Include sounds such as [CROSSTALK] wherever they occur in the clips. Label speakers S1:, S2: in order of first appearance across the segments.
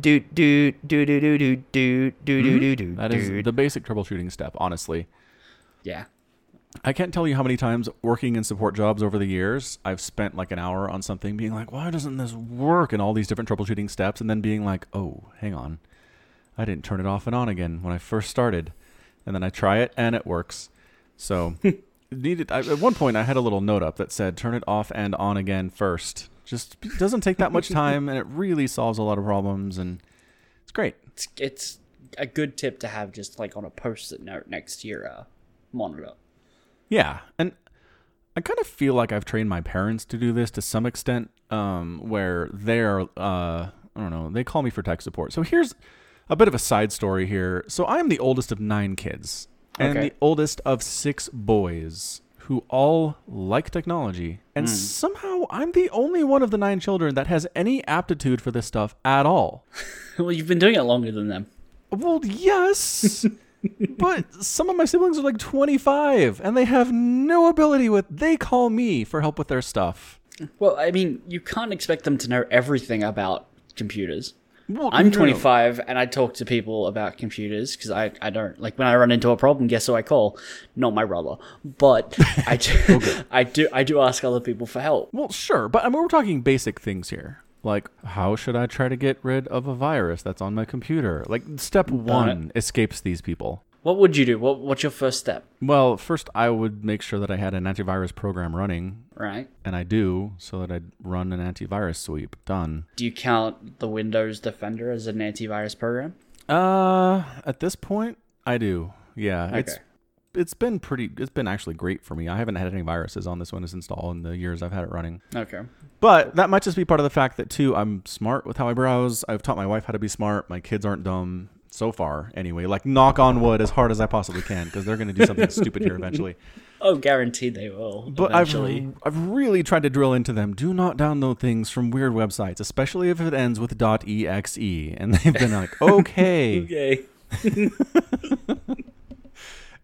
S1: do do do do do do do do do do do.
S2: Mm-hmm. That
S1: do.
S2: is the basic troubleshooting step, honestly.
S3: Yeah.
S2: I can't tell you how many times working in support jobs over the years, I've spent like an hour on something being like, why doesn't this work? And all these different troubleshooting steps, and then being like, oh, hang on. I didn't turn it off and on again when I first started. And then I try it and it works. So, needed I, at one point, I had a little note up that said, turn it off and on again first. Just it doesn't take that much time and it really solves a lot of problems. And it's great.
S3: It's, it's a good tip to have just like on a post-it note next to your uh, monitor.
S2: Yeah, and I kind of feel like I've trained my parents to do this to some extent, um, where they're, uh, I don't know, they call me for tech support. So here's a bit of a side story here. So I'm the oldest of nine kids, and
S3: Okay.
S2: the oldest of six boys who all like technology, and somehow I'm the only one of the nine children that has any aptitude for this stuff at all.
S3: [LAUGHS] well, you've been doing it longer than them.
S2: Well, yes. but some of my siblings are like 25 and they have no ability with they call me for help with their stuff.
S3: Well, I mean, you can't expect them to know everything about computers.
S2: Well,
S3: I'm
S2: no.
S3: 25 and I talk to people about computers because I, I don't like when I run into a problem. Guess who I call? Not my brother, but I do, [LAUGHS] I do I do ask other people for help.
S2: Well, sure, but I mean we're talking basic things here. Like how should I try to get rid of a virus that's on my computer? Like step 1 escapes these people.
S3: What would you do? What what's your first step?
S2: Well, first I would make sure that I had an antivirus program running
S3: Right?
S2: and I do so that I'd run an antivirus sweep. Done.
S3: Do you count the Windows Defender as an antivirus program?
S2: Uh, at this point, I do. Yeah, it's
S3: Okay.
S2: it's been pretty. It's been actually great for me. I haven't had any viruses on this Windows install in the years I've had it running.
S3: Okay.
S2: But that might just be part of the fact that too, I'm smart with how I browse. I've taught my wife how to be smart. My kids aren't dumb so far, anyway. Like knock on wood as hard as I possibly can because they're going to do something stupid here eventually.
S3: Oh, guaranteed they will.
S2: But
S3: eventually.
S2: I've I've really tried to drill into them. Do not download things from weird websites, especially if it ends with .exe. And they've been like, okay.
S3: okay.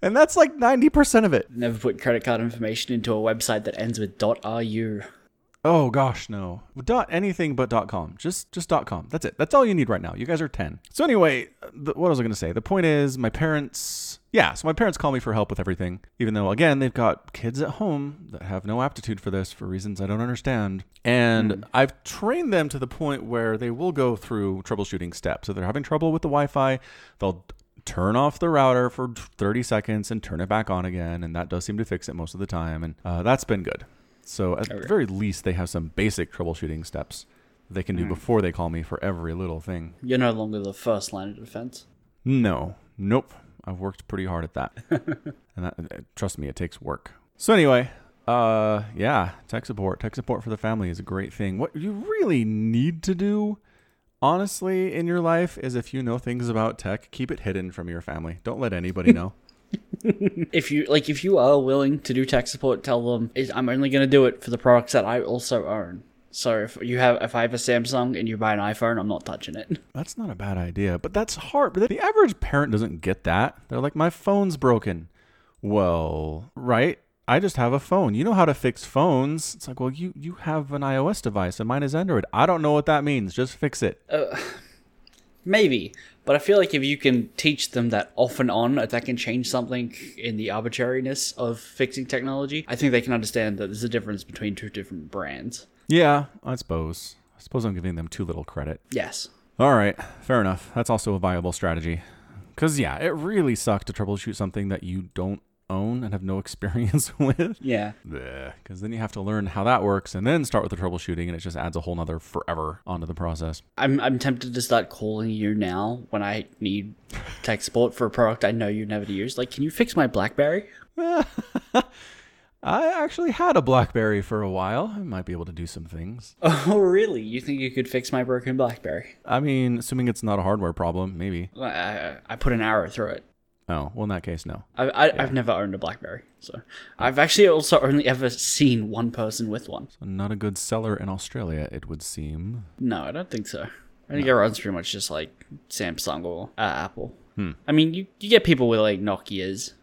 S2: And that's like 90% of it.
S3: Never put credit card information into a website that ends with .ru.
S2: Oh gosh, no. Dot anything but dot com. Just just dot com. That's it. That's all you need right now. You guys are ten. So anyway, the, what was I going to say? The point is, my parents. Yeah, so my parents call me for help with everything, even though again they've got kids at home that have no aptitude for this for reasons I don't understand. And I've trained them to the point where they will go through troubleshooting steps. So they're having trouble with the Wi-Fi, they'll turn off the router for 30 seconds and turn it back on again, and that does seem to fix it most of the time. And uh, that's been good. So at the very least, they have some basic troubleshooting steps they can do before they call me for every little thing.
S3: You're no longer the first line of defense. [LAUGHS]
S2: No, nope. I've worked pretty hard at that, and that, uh, trust me, it takes work. So anyway, uh, yeah, tech support, tech support for the family is a great thing. What you really need to do, honestly, in your life is if you know things about tech, keep it hidden from your family. Don't let anybody know.
S3: If you like, if you are willing to do tech support, tell them "Is- I'm only going to do it for the products that I also own. So if you have, if I have a Samsung and you buy an iPhone, I'm not touching it. [LAUGHS]
S2: That's not a bad idea, but that's hard. But the average parent doesn't get that. They're like, my phone's broken. Well, right. I just have a phone. You know how to fix phones. It's like, well, you you have an iOS device and mine is Android. I don't know what that means. Just fix it.
S3: Maybe, but I feel like if you can teach them that off and on, that can change something in the arbitrariness of fixing technology, I think they can understand that there's a difference between two different brands.
S2: yeah, I suppose. I suppose I'm giving them too little credit.
S3: Yes.
S2: All right, fair enough. That's also a viable strategy. Cuz yeah, it really sucks to troubleshoot something that you don't own and have no [LAUGHS] experience with.
S3: Yeah.
S2: because then you have to learn how that works and then start with the troubleshooting and it just adds a whole nother forever onto the process
S3: I'm I'm tempted to start calling you now when I need tech support for a product I know you never use. Like, can you fix my BlackBerry?
S2: i actually had a blackberry for a while i might be able to do some things
S3: [LAUGHS] Oh, really? You think you could fix my broken BlackBerry?
S2: i mean assuming it's not a hardware problem maybe
S3: I, I, I put an arrow through it.
S2: oh well in that case no
S3: I, I, I've never owned a BlackBerry, so I've actually also only ever seen one person with one.
S2: not a good seller in australia it would seem
S3: No, I don't think so. I think everyone's pretty much just like Samsung or uh, Apple. I mean, you, you get people with like Nokia's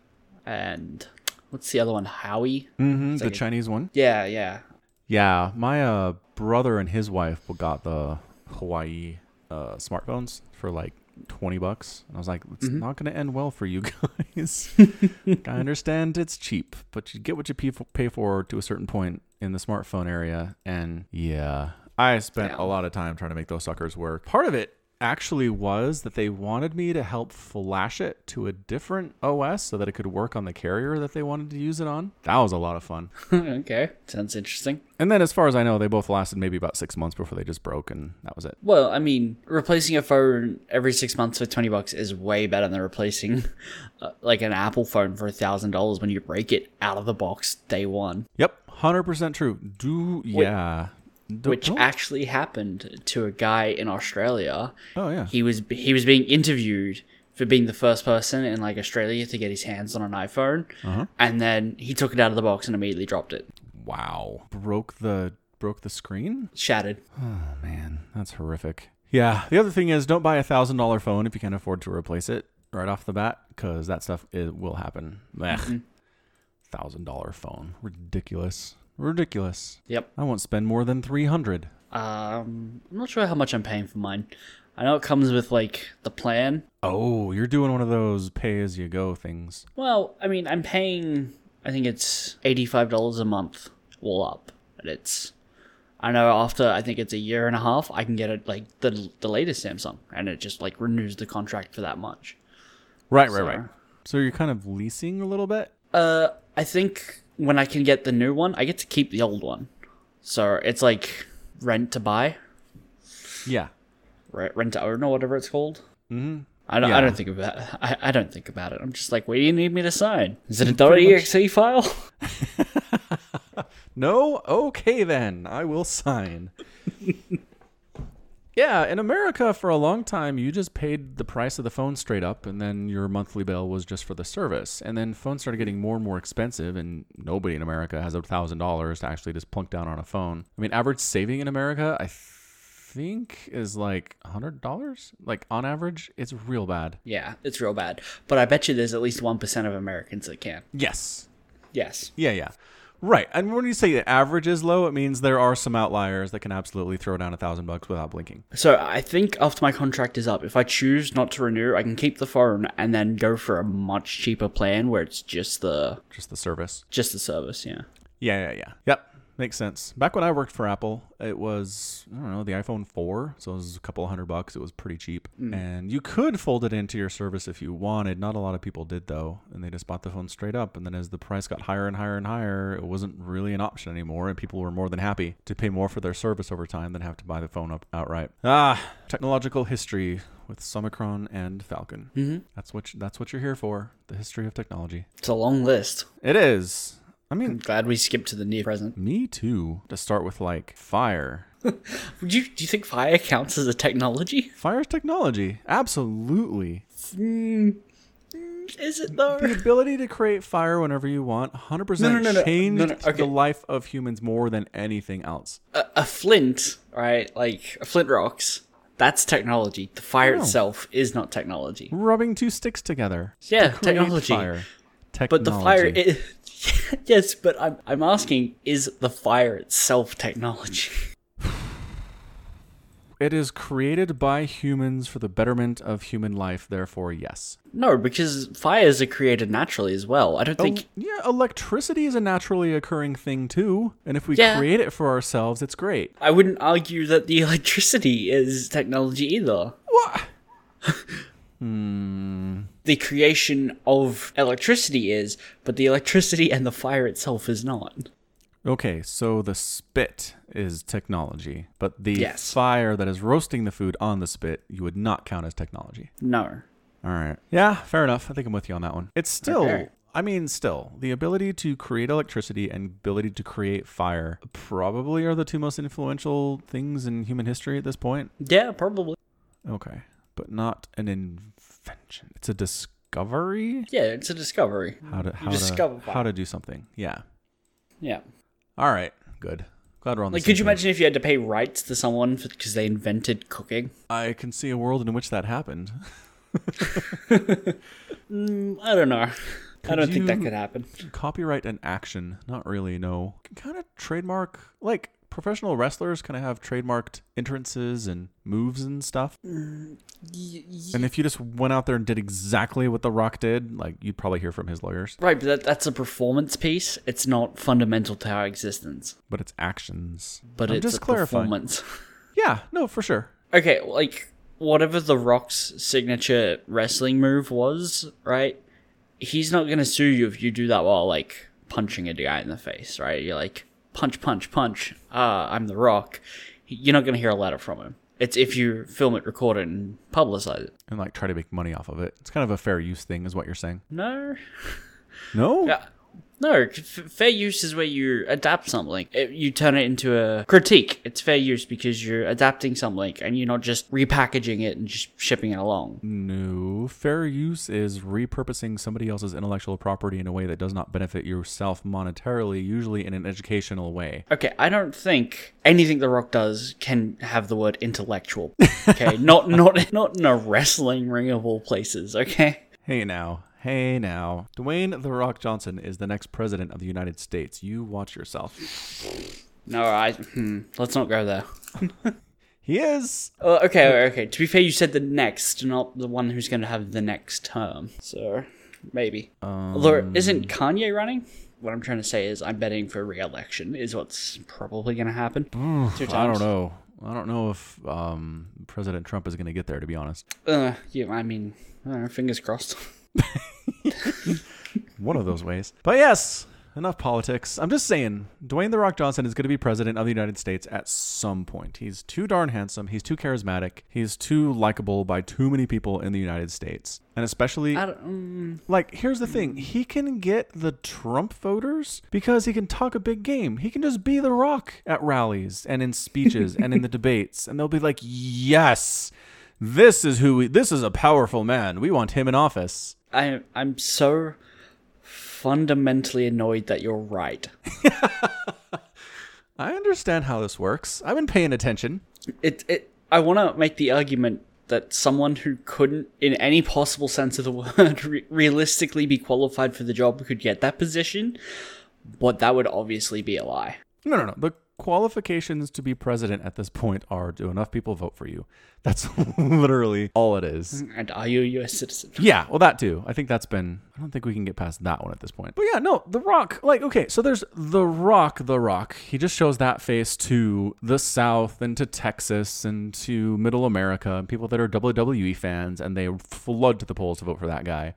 S3: and what's the other one? Howie?
S2: mm-hmm, the chinese one
S3: Yeah, yeah.
S2: yeah my uh, brother and his wife got the hawaii uh, smartphones for like 20 bucks. And I was like, it's
S3: Mhm.
S2: not going to end well for you [LAUGHS] guys. I understand it's cheap, but you get what you pe- pay for to a certain point in the smartphone area. And yeah, I spent
S3: Yeah.
S2: a lot of time trying to make those suckers work. Part of it actually was that they wanted me to help flash it to a different OS so that it could work on the carrier that they wanted to use it on. That was a lot of fun.
S3: okay, sounds interesting.
S2: And then, as far as I know, they both lasted maybe about six months before they just broke, and that was it.
S3: Well, I mean, replacing a phone every six months for twenty bucks is way better than replacing [LAUGHS] uh, like an Apple phone for thousand dollars when you break it out of the box day one,
S2: Yep, hundred percent true. Do yeah, Do- oh,
S3: which
S2: don't-
S3: actually happened to a guy in Australia.
S2: oh yeah,
S3: He was he was being interviewed for being the first person in like Australia to get his hands on an iPhone,
S2: Uh-huh.
S3: and then he took it out of the box and immediately dropped it,
S2: wow, broke the broke the screen.
S3: shattered.
S2: Oh man, that's horrific. Yeah, the other thing is don't buy a thousand dollar phone if you can't afford to replace it right off the bat, because that stuff it will happen. Thousand dollar phone, ridiculous, ridiculous.
S3: Yep.
S2: I won't spend more than three hundred.
S3: Um, I'm not sure how much I'm paying for mine. I know it comes with like the plan.
S2: Oh, you're doing one of those pay as you go things.
S3: Well, I mean, I'm paying. I think it's eighty-five dollars a month, all up, and it's. I know after I think it's a year and a half, I can get it like the the latest Samsung, and it just like renews the contract for that much.
S2: Right, right,
S3: So-
S2: right. So you're kind of leasing a little bit.
S3: Uh, I think when I can get the new one, I get to keep the old one, so it's like rent to buy,
S2: Yeah.
S3: re- rent to own, or whatever it's called.
S2: Mm-hmm.
S3: I don't,
S2: Yeah.
S3: I don't think about I, I don't think about it. I'm just like, what do you need me to sign? Is it a .exe file? [LAUGHS]
S2: No? Okay, then. I will sign. [LAUGHS] yeah, in America, for a long time, you just paid the price of the phone straight up, and then your monthly bill was just for the service. And then phones started getting more and more expensive, and nobody in America has $1,000 to actually just plunk down on a phone. I mean, average saving in America, I think, is like $100. Like, on average, it's real bad.
S3: Yeah, it's real bad. But I bet you there's at least 1% of Americans that can.
S2: Yes.
S3: Yes.
S2: Yeah, yeah. Right. And when you say the average is low, it means there are some outliers that can absolutely throw down a thousand bucks without blinking.
S3: So I think after my contract is up, if I choose not to renew, I can keep the phone and then go for a much cheaper plan where it's just the
S2: Just the service.
S3: just the service, yeah.
S2: Yeah, yeah, yeah. Yep. Makes sense. Back when I worked for Apple, it was, I don't know, the iPhone 4. So it was a couple hundred bucks. It was pretty cheap. And you could fold it into your service if you wanted. Not a lot of people did, though. And they just bought the phone straight up. And then as the price got higher and higher and higher, it wasn't really an option anymore. And people were more than happy to pay more for their service over time than have to buy the phone up outright. Ah, technological history with Summicron and Falcon. Mm-hmm. That's, what, that's what you're here for the history of technology.
S3: It's a long list.
S2: It is. I mean,
S3: I'm glad we skipped to the near present.
S2: me too. To start with, like fire.
S3: Do you, do you think fire counts as a technology?
S2: Fire is technology. Absolutely.
S3: Hmm. Is it though?
S2: The ability to create fire whenever you want 100%
S3: No, no, no, no.
S2: changed
S3: No, no, okay.
S2: the life of humans more than anything else.
S3: a, a flint, right? Like a flint rocks. That's technology. The fire itself is not technology.
S2: Rubbing two sticks together. to
S3: Yeah,
S2: create
S3: technology.
S2: Fire. Technology.
S3: But the fire is [LAUGHS] yes, but I'm I'm asking is the fire itself technology? [LAUGHS]
S2: It is created by humans for the betterment of human life, therefore, yes.
S3: No, because fires are created naturally as well. I don't think
S2: Yeah, electricity is a naturally occurring thing, too. And if we
S3: Yeah.
S2: create it for ourselves, it's great.
S3: I wouldn't argue that the [LAUGHS] electricity is technology either.
S2: What?
S3: The creation of electricity is, but the electricity and the fire itself is not.
S2: Okay, so the spit is technology, but the
S3: Yes.
S2: fire that is roasting the food on the spit, you would not count as technology.
S3: No.
S2: All right. Yeah, fair enough. I think I'm with you on that one. It's still,
S3: Okay.
S2: I mean, still, the ability to create electricity and ability to create fire probably are the two most influential things in human history at this point.
S3: Yeah, probably.
S2: Okay, but not an invention. It's a discovery.
S3: Yeah, it's a discovery.
S2: How to how
S3: discover
S2: to,
S3: fire.
S2: how to do something? Yeah.
S3: Yeah.
S2: All right. Good. Glad we're on. the
S3: Like,
S2: same
S3: could you
S2: page.
S3: imagine if you had to pay rights to someone because they invented cooking?
S2: I can see a world in which that happened. [LAUGHS]
S3: Mm, I don't know. [LAUGHS] I don't think that
S2: you-
S3: could happen.
S2: Copyright and action, not really. No, kind of trademark. Like professional wrestlers kind of have trademarked entrances and moves and stuff?
S3: Y- y-
S2: And if you just went out there and did exactly what The Rock did, like you'd probably hear from his lawyers.
S3: right, but that, that's a performance piece. It's not fundamental to our existence,
S2: But it's actions.
S3: but
S2: I'm
S3: it's
S2: just
S3: a
S2: clarifying.
S3: performance. [LAUGHS]
S2: Yeah, no, for sure.
S3: okay, like whatever the Rock's signature wrestling move was, right? He's not gonna sue you if you do that while like punching a guy in the face, right? You're like punch, punch, punch. Ah, I'm the Rock. You're not gonna hear a letter from him. It's if you film it, record it, and publicize it.
S2: And like try to make money off of it. It's kind of a fair use thing, is what you're saying.
S3: No,
S2: No?
S3: Yeah. No, c- f- fair use is where you adapt something. It, you turn it into a critique. It's fair use because you're adapting something and you're not just repackaging it and just shipping it along.
S2: No. Fair use is repurposing somebody else's intellectual property in a way that does not benefit yourself monetarily, usually in an educational way.
S3: Okay, I don't think anything The Rock does can have the word intellectual. Okay, not not not in a wrestling ring of all places. Okay,
S2: Hey now. Hey now. Dwayne The Rock Johnson is the next president of the United States. You watch yourself.
S3: no, I hmm, let's not go there.
S2: He is.
S3: Uh, okay, okay. To be fair, you said the next, not the one who's going to have the next term. So maybe. Although,
S2: Um,
S3: isn't Kanye running? What I'm trying to say is, I'm betting for re-election is what's probably going to happen. Two
S2: [SIGHS] I
S3: times.
S2: don't know. I don't know if um, President Trump is going to get there, to be honest.
S3: Uh, yeah, I mean, I don't know, fingers crossed. [LAUGHS]
S2: One of those ways. But yes, enough politics. I'm just saying, Dwayne The Rock Johnson is going to be president of the United States at some point. He's too darn handsome. He's too charismatic. He's too likable by too many people in the United States. And especially,
S3: I don't, mm,
S2: like, here's the thing he can get the Trump voters because he can talk a big game. He can just be The Rock at rallies and in speeches and in
S3: [LAUGHS]
S2: the debates. And they'll be like, yes. This is who we this is a powerful man. We want him in office.
S3: I, I'm so fundamentally annoyed that you're right.
S2: I understand how this works. I've been paying attention.
S3: It, it. I want to make the argument that someone who couldn't, in any possible sense of the [LAUGHS] word, re- realistically be qualified for the job could get that position, but that would obviously be a lie.
S2: No, no, no. The qualifications to be president at this point are do enough people vote for you? That's [LAUGHS] literally all it is.
S3: And are you a U.S. citizen?
S2: Yeah, well, that too. I think that's been. I don't think we can get past that one at this point. But yeah, no, The Rock. Like, okay, so there's The Rock, The Rock. He just shows that face to the South and to Texas and to Middle America and people that are WWE fans, and they flood to the polls to vote for that guy.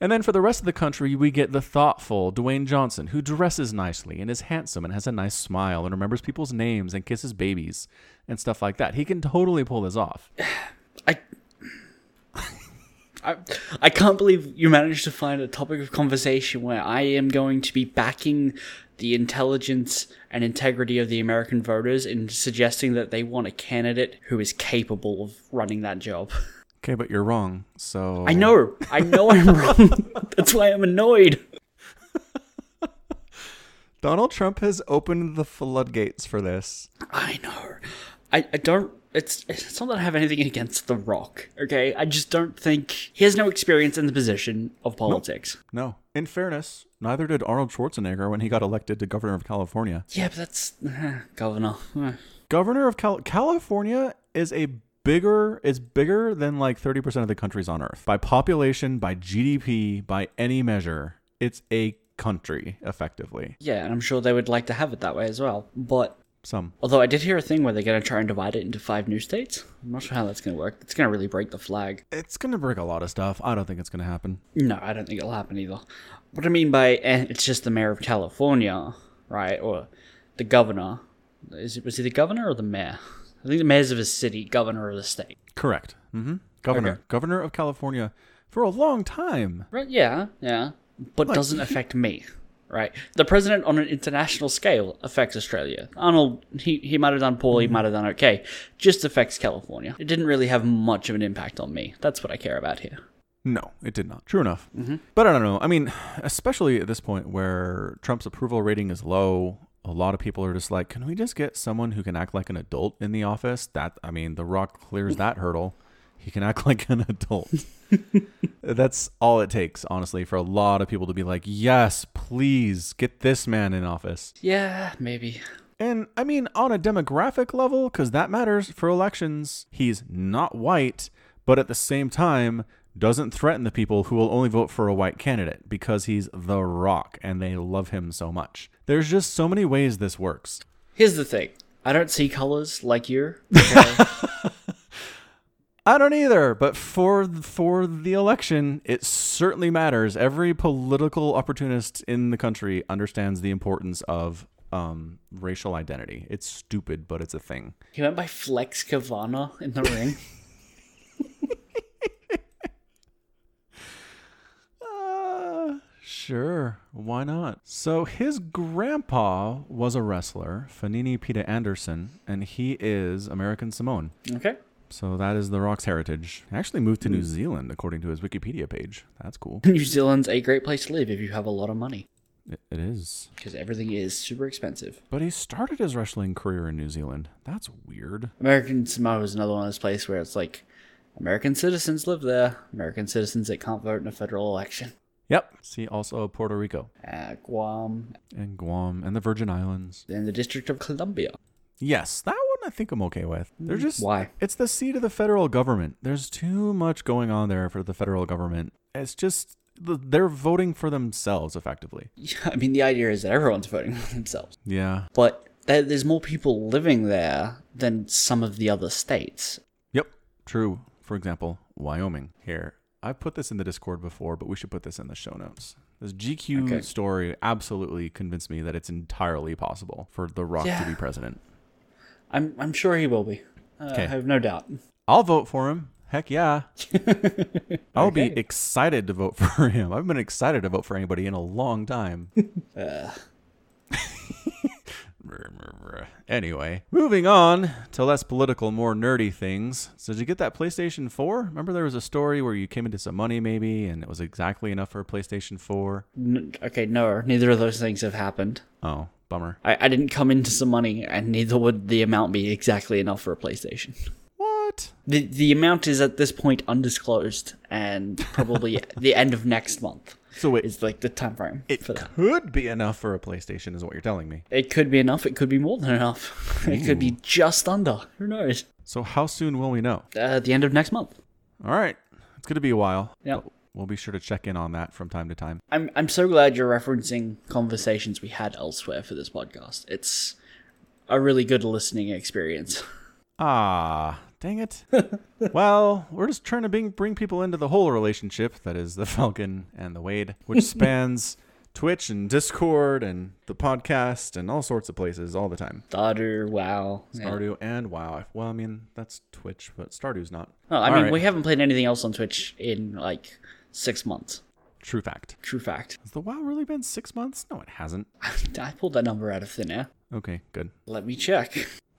S2: And then for the rest of the country, we get the thoughtful Dwayne Johnson, who dresses nicely and is handsome and has a nice smile and remembers people's names and kisses babies and stuff like that. He can totally pull this off.
S3: I. I, I can't believe you managed to find a topic of conversation where I am going to be backing the intelligence and integrity of the American voters in suggesting that they want a candidate who is capable of running that job.
S2: Okay, but you're wrong. So
S3: I know. I know I'm wrong. [LAUGHS] That's why I'm annoyed.
S2: Donald Trump has opened the floodgates for this.
S3: I know. I, I don't. It's it's not that I have anything against The Rock. Okay, I just don't think he has no experience in the position of politics.
S2: No. In fairness, neither did Arnold Schwarzenegger when he got elected to governor of California.
S3: Yeah, but that's governor. Eh.
S2: Governor of Cal- California is a bigger is bigger than like 30% of the countries on earth. By population, by GDP, by any measure, it's a country effectively.
S3: Yeah, and I'm sure they would like to have it that way as well. But
S2: Some
S3: although I did hear a thing where they're going to try and divide it into five new states, I'm not sure how that's going to work. It's going to really break the flag.
S2: it's going to break a lot of stuff. I don't think it's going to happen.
S3: No, I don't think it'll happen either. What I mean by eh, it's just the mayor of California, right? Or the governor. Is it was he the governor or the mayor? I think the mayor's of a city, governor of the state.
S2: Correct. Mhm. Governor
S3: Okay.
S2: governor of California for a long time.
S3: Right? Yeah, yeah. But doesn't affect me, right? The president on an international scale affects Australia. Arnold, he, he might have done poorly, he might have done okay. Just affects California. It didn't really have much of an impact on me. That's what I care about here.
S2: No, it did not. True enough. But I don't know. I mean, [SIGHS] especially at this point where Trump's approval rating is low, a lot of people are just like, can we just get someone who can act like an adult in the office? That, I mean, The Rock clears that hurdle. He can act like an adult. That's all it takes, honestly, for a lot of people to be like, yes, please get this man in office.
S3: Yeah, maybe.
S2: And I mean, on a demographic level, because that matters for elections, he's not white, but at the same time, doesn't threaten the people who will only vote for a white candidate because he's The Rock and they love him so much. There's just so many ways this works.
S3: Here's the thing I don't see colors like you.
S2: I don't either, but for for the election, it certainly matters. Every political opportunist in the country understands the importance of um, racial identity. It's stupid, but it's a thing.
S3: He went by Flex Cavana in
S2: [LAUGHS]
S3: the ring.
S2: Uh, sure, why not? So his grandpa was a wrestler, Fanini Pita Anderson, and he is American Samoan.
S3: Okay.
S2: So that is The Rock's heritage. Actually moved to New Zealand according to his Wikipedia page. That's cool.
S3: New Zealand's a great place to live if you have a lot of money
S2: It- it is.
S3: because everything is super expensive.
S2: But he started his wrestling career in New Zealand. That's weird.
S3: American Samoa is another one of those places where it's like American citizens live there, American citizens that can't vote in a federal election.
S2: Yep. See also Puerto Rico
S3: Uh, Guam
S2: and Guam and the Virgin Islands.
S3: and the District of Columbia.
S2: Yes, that one I think I'm okay with. They're just
S3: Why? [LAUGHS]
S2: It's the seat of the federal government. There's too much going on there for the federal government. It's just th- they're voting for themselves effectively.
S3: I mean, the idea is that everyone's voting for themselves,
S2: Yeah.
S3: but there, there's more people living there than some of the other states.
S2: Yep. True. For example, Wyoming. Here, I put this in the Discord before, but we should put this in the show notes. This GQ
S3: Okay.
S2: story absolutely convinced me that it's entirely possible for The Rock to
S3: Yeah.
S2: be president.
S3: I'm I'm sure he will be. Uh, I
S2: Okay.
S3: have no doubt.
S2: I'll vote for him. Heck
S3: [LAUGHS]
S2: yeah. I'll be excited to vote [LAUGHS] for him. I've been excited to vote for anybody in a long
S3: [LAUGHS]
S2: time. [LAUGHS] anyway, moving on to less political, more nerdy things. So, did you get that PlayStation 4? Remember there was a story where you came into some money maybe and it was exactly enough for a PlayStation 4?
S3: N- okay, no, neither of those things have happened.
S2: Oh, bummer.
S3: I, I didn't come into some money, and neither would the amount be exactly enough for a PlayStation.
S2: What?
S3: The the amount is at this point undisclosed, and
S2: [LAUGHS]
S3: probably the end of next month
S2: So, wait,
S3: is like the time frame
S2: it
S3: for that.
S2: could be enough for a PlayStation, is what you're telling me.
S3: It could be enough. It could be more than enough. [LAUGHS] It could be just under. Who knows?
S2: So, how soon will we know?
S3: Uh, at the end of next month.
S2: All right. It's going to be a while.
S3: Yeah.
S2: We'll be sure to check in on that from time to time.
S3: I'm I'm so glad you're referencing conversations we had elsewhere for this podcast. It's a really good listening experience. [LAUGHS]
S2: Ah, dang it. well, we're just trying to bring, bring people into the whole relationship that is the [LAUGHS] Falcon and the Wade,
S3: [LAUGHS]
S2: which spans Twitch and Discord and the podcast and all sorts of places all the time.
S3: Stardew, wow. Yeah.
S2: Stardew and WoW. Well, I mean, that's Twitch, but Stardew's not.
S3: No, Oh, I
S2: All
S3: mean
S2: right.
S3: we haven't played anything else on Twitch in like six months.
S2: True fact.
S3: True fact. [LAUGHS]
S2: Has the WoW really been six months? No, it hasn't.
S3: I pulled that number out of thin air.
S2: Okay, good.
S3: Let me check. [LAUGHS]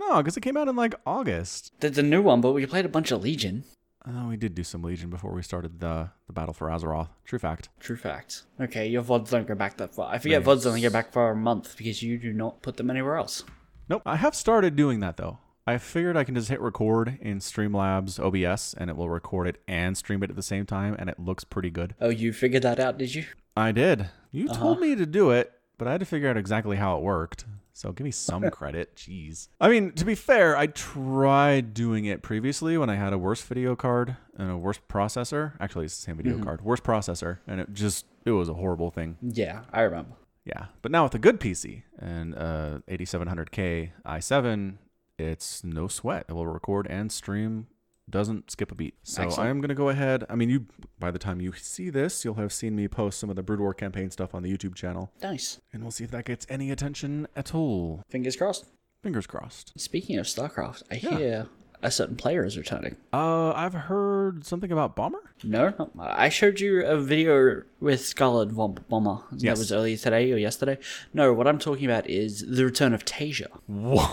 S2: No, because it came out in like August.
S3: There's a new one, but we played a bunch of Legion.
S2: Oh, we did do some Legion before we started the, the battle for Azeroth. True fact.
S3: True fact. Okay, your VODs don't go back that far. I forget VODs only go back for a month because you do not put them anywhere else.
S2: Nope. I have started doing that though. I figured I can just hit record in Streamlabs OBS and it will record it and stream it at the same time and it looks pretty good.
S3: Oh, you figured that out, did you?
S2: I did. You told me to do it, but I had to figure out exactly how it worked. So give me some credit. Jeez. I mean, to be fair, I tried doing it previously when I had a worse video card and a worse processor. Actually, it's the same video card, worse processor, and it just it was a horrible thing.
S3: Yeah, I remember.
S2: Yeah, but now with a good PC and uh 8700K i7, it's no sweat. It will record and stream, doesn't skip a beat. So
S3: Excellent.
S2: I'm gonna go ahead. I mean, you by the time you see this, you'll have seen me post some of the Brood War campaign stuff on the YouTube channel,
S3: Nice.
S2: and we'll see if that gets any attention at all.
S3: Fingers crossed.
S2: Fingers crossed.
S3: Speaking of StarCraft, I hear a certain player is returning.
S2: Uh, I've heard something about Bomber.
S3: No, not- I showed you a video with Scarlet Vom- Bomber.
S2: Yes.
S3: That was earlier today or yesterday. No, what I'm talking about is the return of Tasia.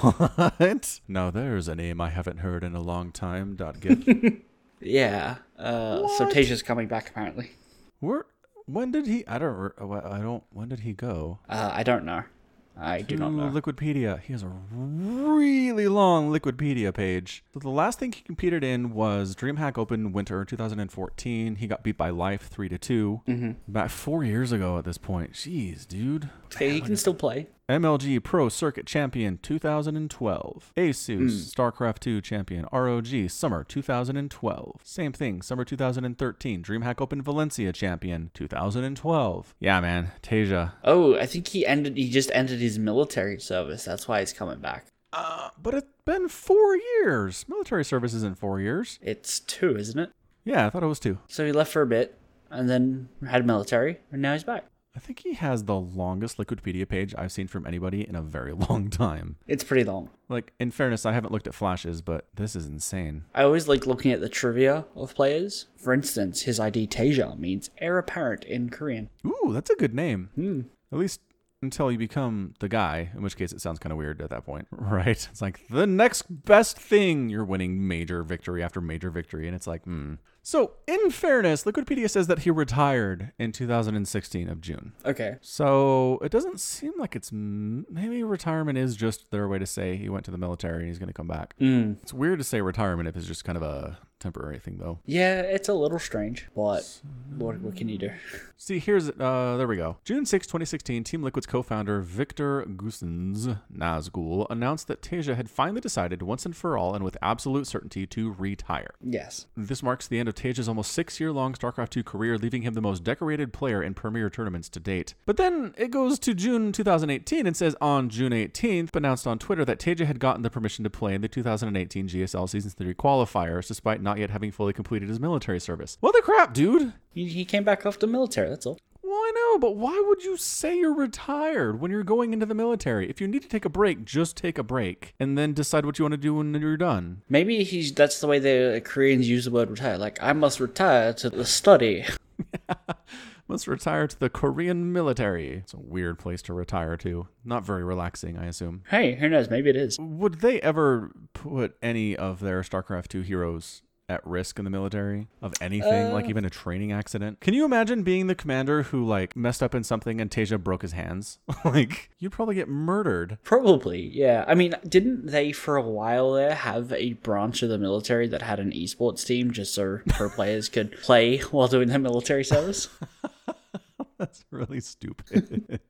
S2: What? now there's a name I haven't heard in a long time. Dot gif.
S3: Yeah. Uh, so Tasia's coming back apparently.
S2: Where? When did he? I don't. re- I don't. When did he go?
S3: Uh, I don't know. I do
S2: Ooh,
S3: not know.
S2: Liquidpedia. He has a really long Liquidpedia page. So the last thing he competed in was DreamHack Open Winter 2014. He got beat by Life three to 2
S3: Mm-hmm.
S2: About four years ago at this point. Jeez, dude.
S3: Okay, you can still play.
S2: MLG Pro Circuit Champion 2012.
S3: Hmm.
S2: Asus StarCraft 2 Champion ROG Summer 2012. Same thing, Summer 2013. DreamHack Open Valencia Champion 2012. Yeah, man. Tasia.
S3: Oh, I think he ended. He just ended his military service. That's why he's coming back.
S2: Uh, but it's been four years. Military service isn't four years.
S3: It's two, isn't it?
S2: Yeah, I thought it was two.
S3: So he left for a bit, and then had military, and now he's back.
S2: I think he has the longest Liquidpedia page I've seen from anybody in a very [LAUGHS] long time.
S3: It's pretty long.
S2: Like, in fairness, I haven't looked at flashes, but this is insane.
S3: I always like looking at the trivia of players. For instance, his ID Taja means heir apparent in Korean.
S2: Ooh, that's a good name.
S3: Hmm.
S2: At least until you become the guy, in which case it sounds kind of weird at that point, [LAUGHS] right? It's like the next best thing. You're winning major victory after major victory, and it's like, hmm. So, in fairness, Liquidpedia says that he retired in 2016 of June.
S3: Okay.
S2: So it doesn't seem like it's m- maybe retirement is just their way to say he went to the military and he's going to come back.
S3: Mm.
S2: It's weird to say retirement if it's just kind of a temporary thing though.
S3: Yeah, it's a little strange, but what, what can you do? [LAUGHS]
S2: See, here's uh there we go. June 6, 2016, Team Liquid's co-founder Victor Gusens Nazgul announced that Teja had finally decided once and for all and with absolute certainty to retire.
S3: Yes.
S2: This marks the end of Tage's almost six year long StarCraft II career, leaving him the most decorated player in Premier tournaments to date. But then it goes to June 2018 and says on June 18th, announced on Twitter that Tage had gotten the permission to play in the 2018 GSL Season 3 qualifiers, despite not yet having fully completed his military service. What the crap, dude?
S3: He, he came back off the military, that's all.
S2: Well, I know, but why would you say you're retired when you're going into the military? If you need to take a break, just take a break and then decide what you want to do when you're done.
S3: Maybe he's that's the way the Koreans use the word retire. Like, I must retire to the study. [LAUGHS]
S2: Must retire to the Korean military. It's a weird place to retire to. Not very relaxing, I assume.
S3: Hey, who knows? Maybe it is.
S2: Would they ever put any of their StarCraft 2 heroes at risk in the military of anything, like even a training accident? Can you imagine being the commander who like messed up in something and Teja broke his hands? [LAUGHS] like you'd probably get murdered.
S3: Probably, yeah. I mean, didn't they for a while there have a branch of the military that had an esports team just so pro players could play while doing their military service?
S2: That's really stupid.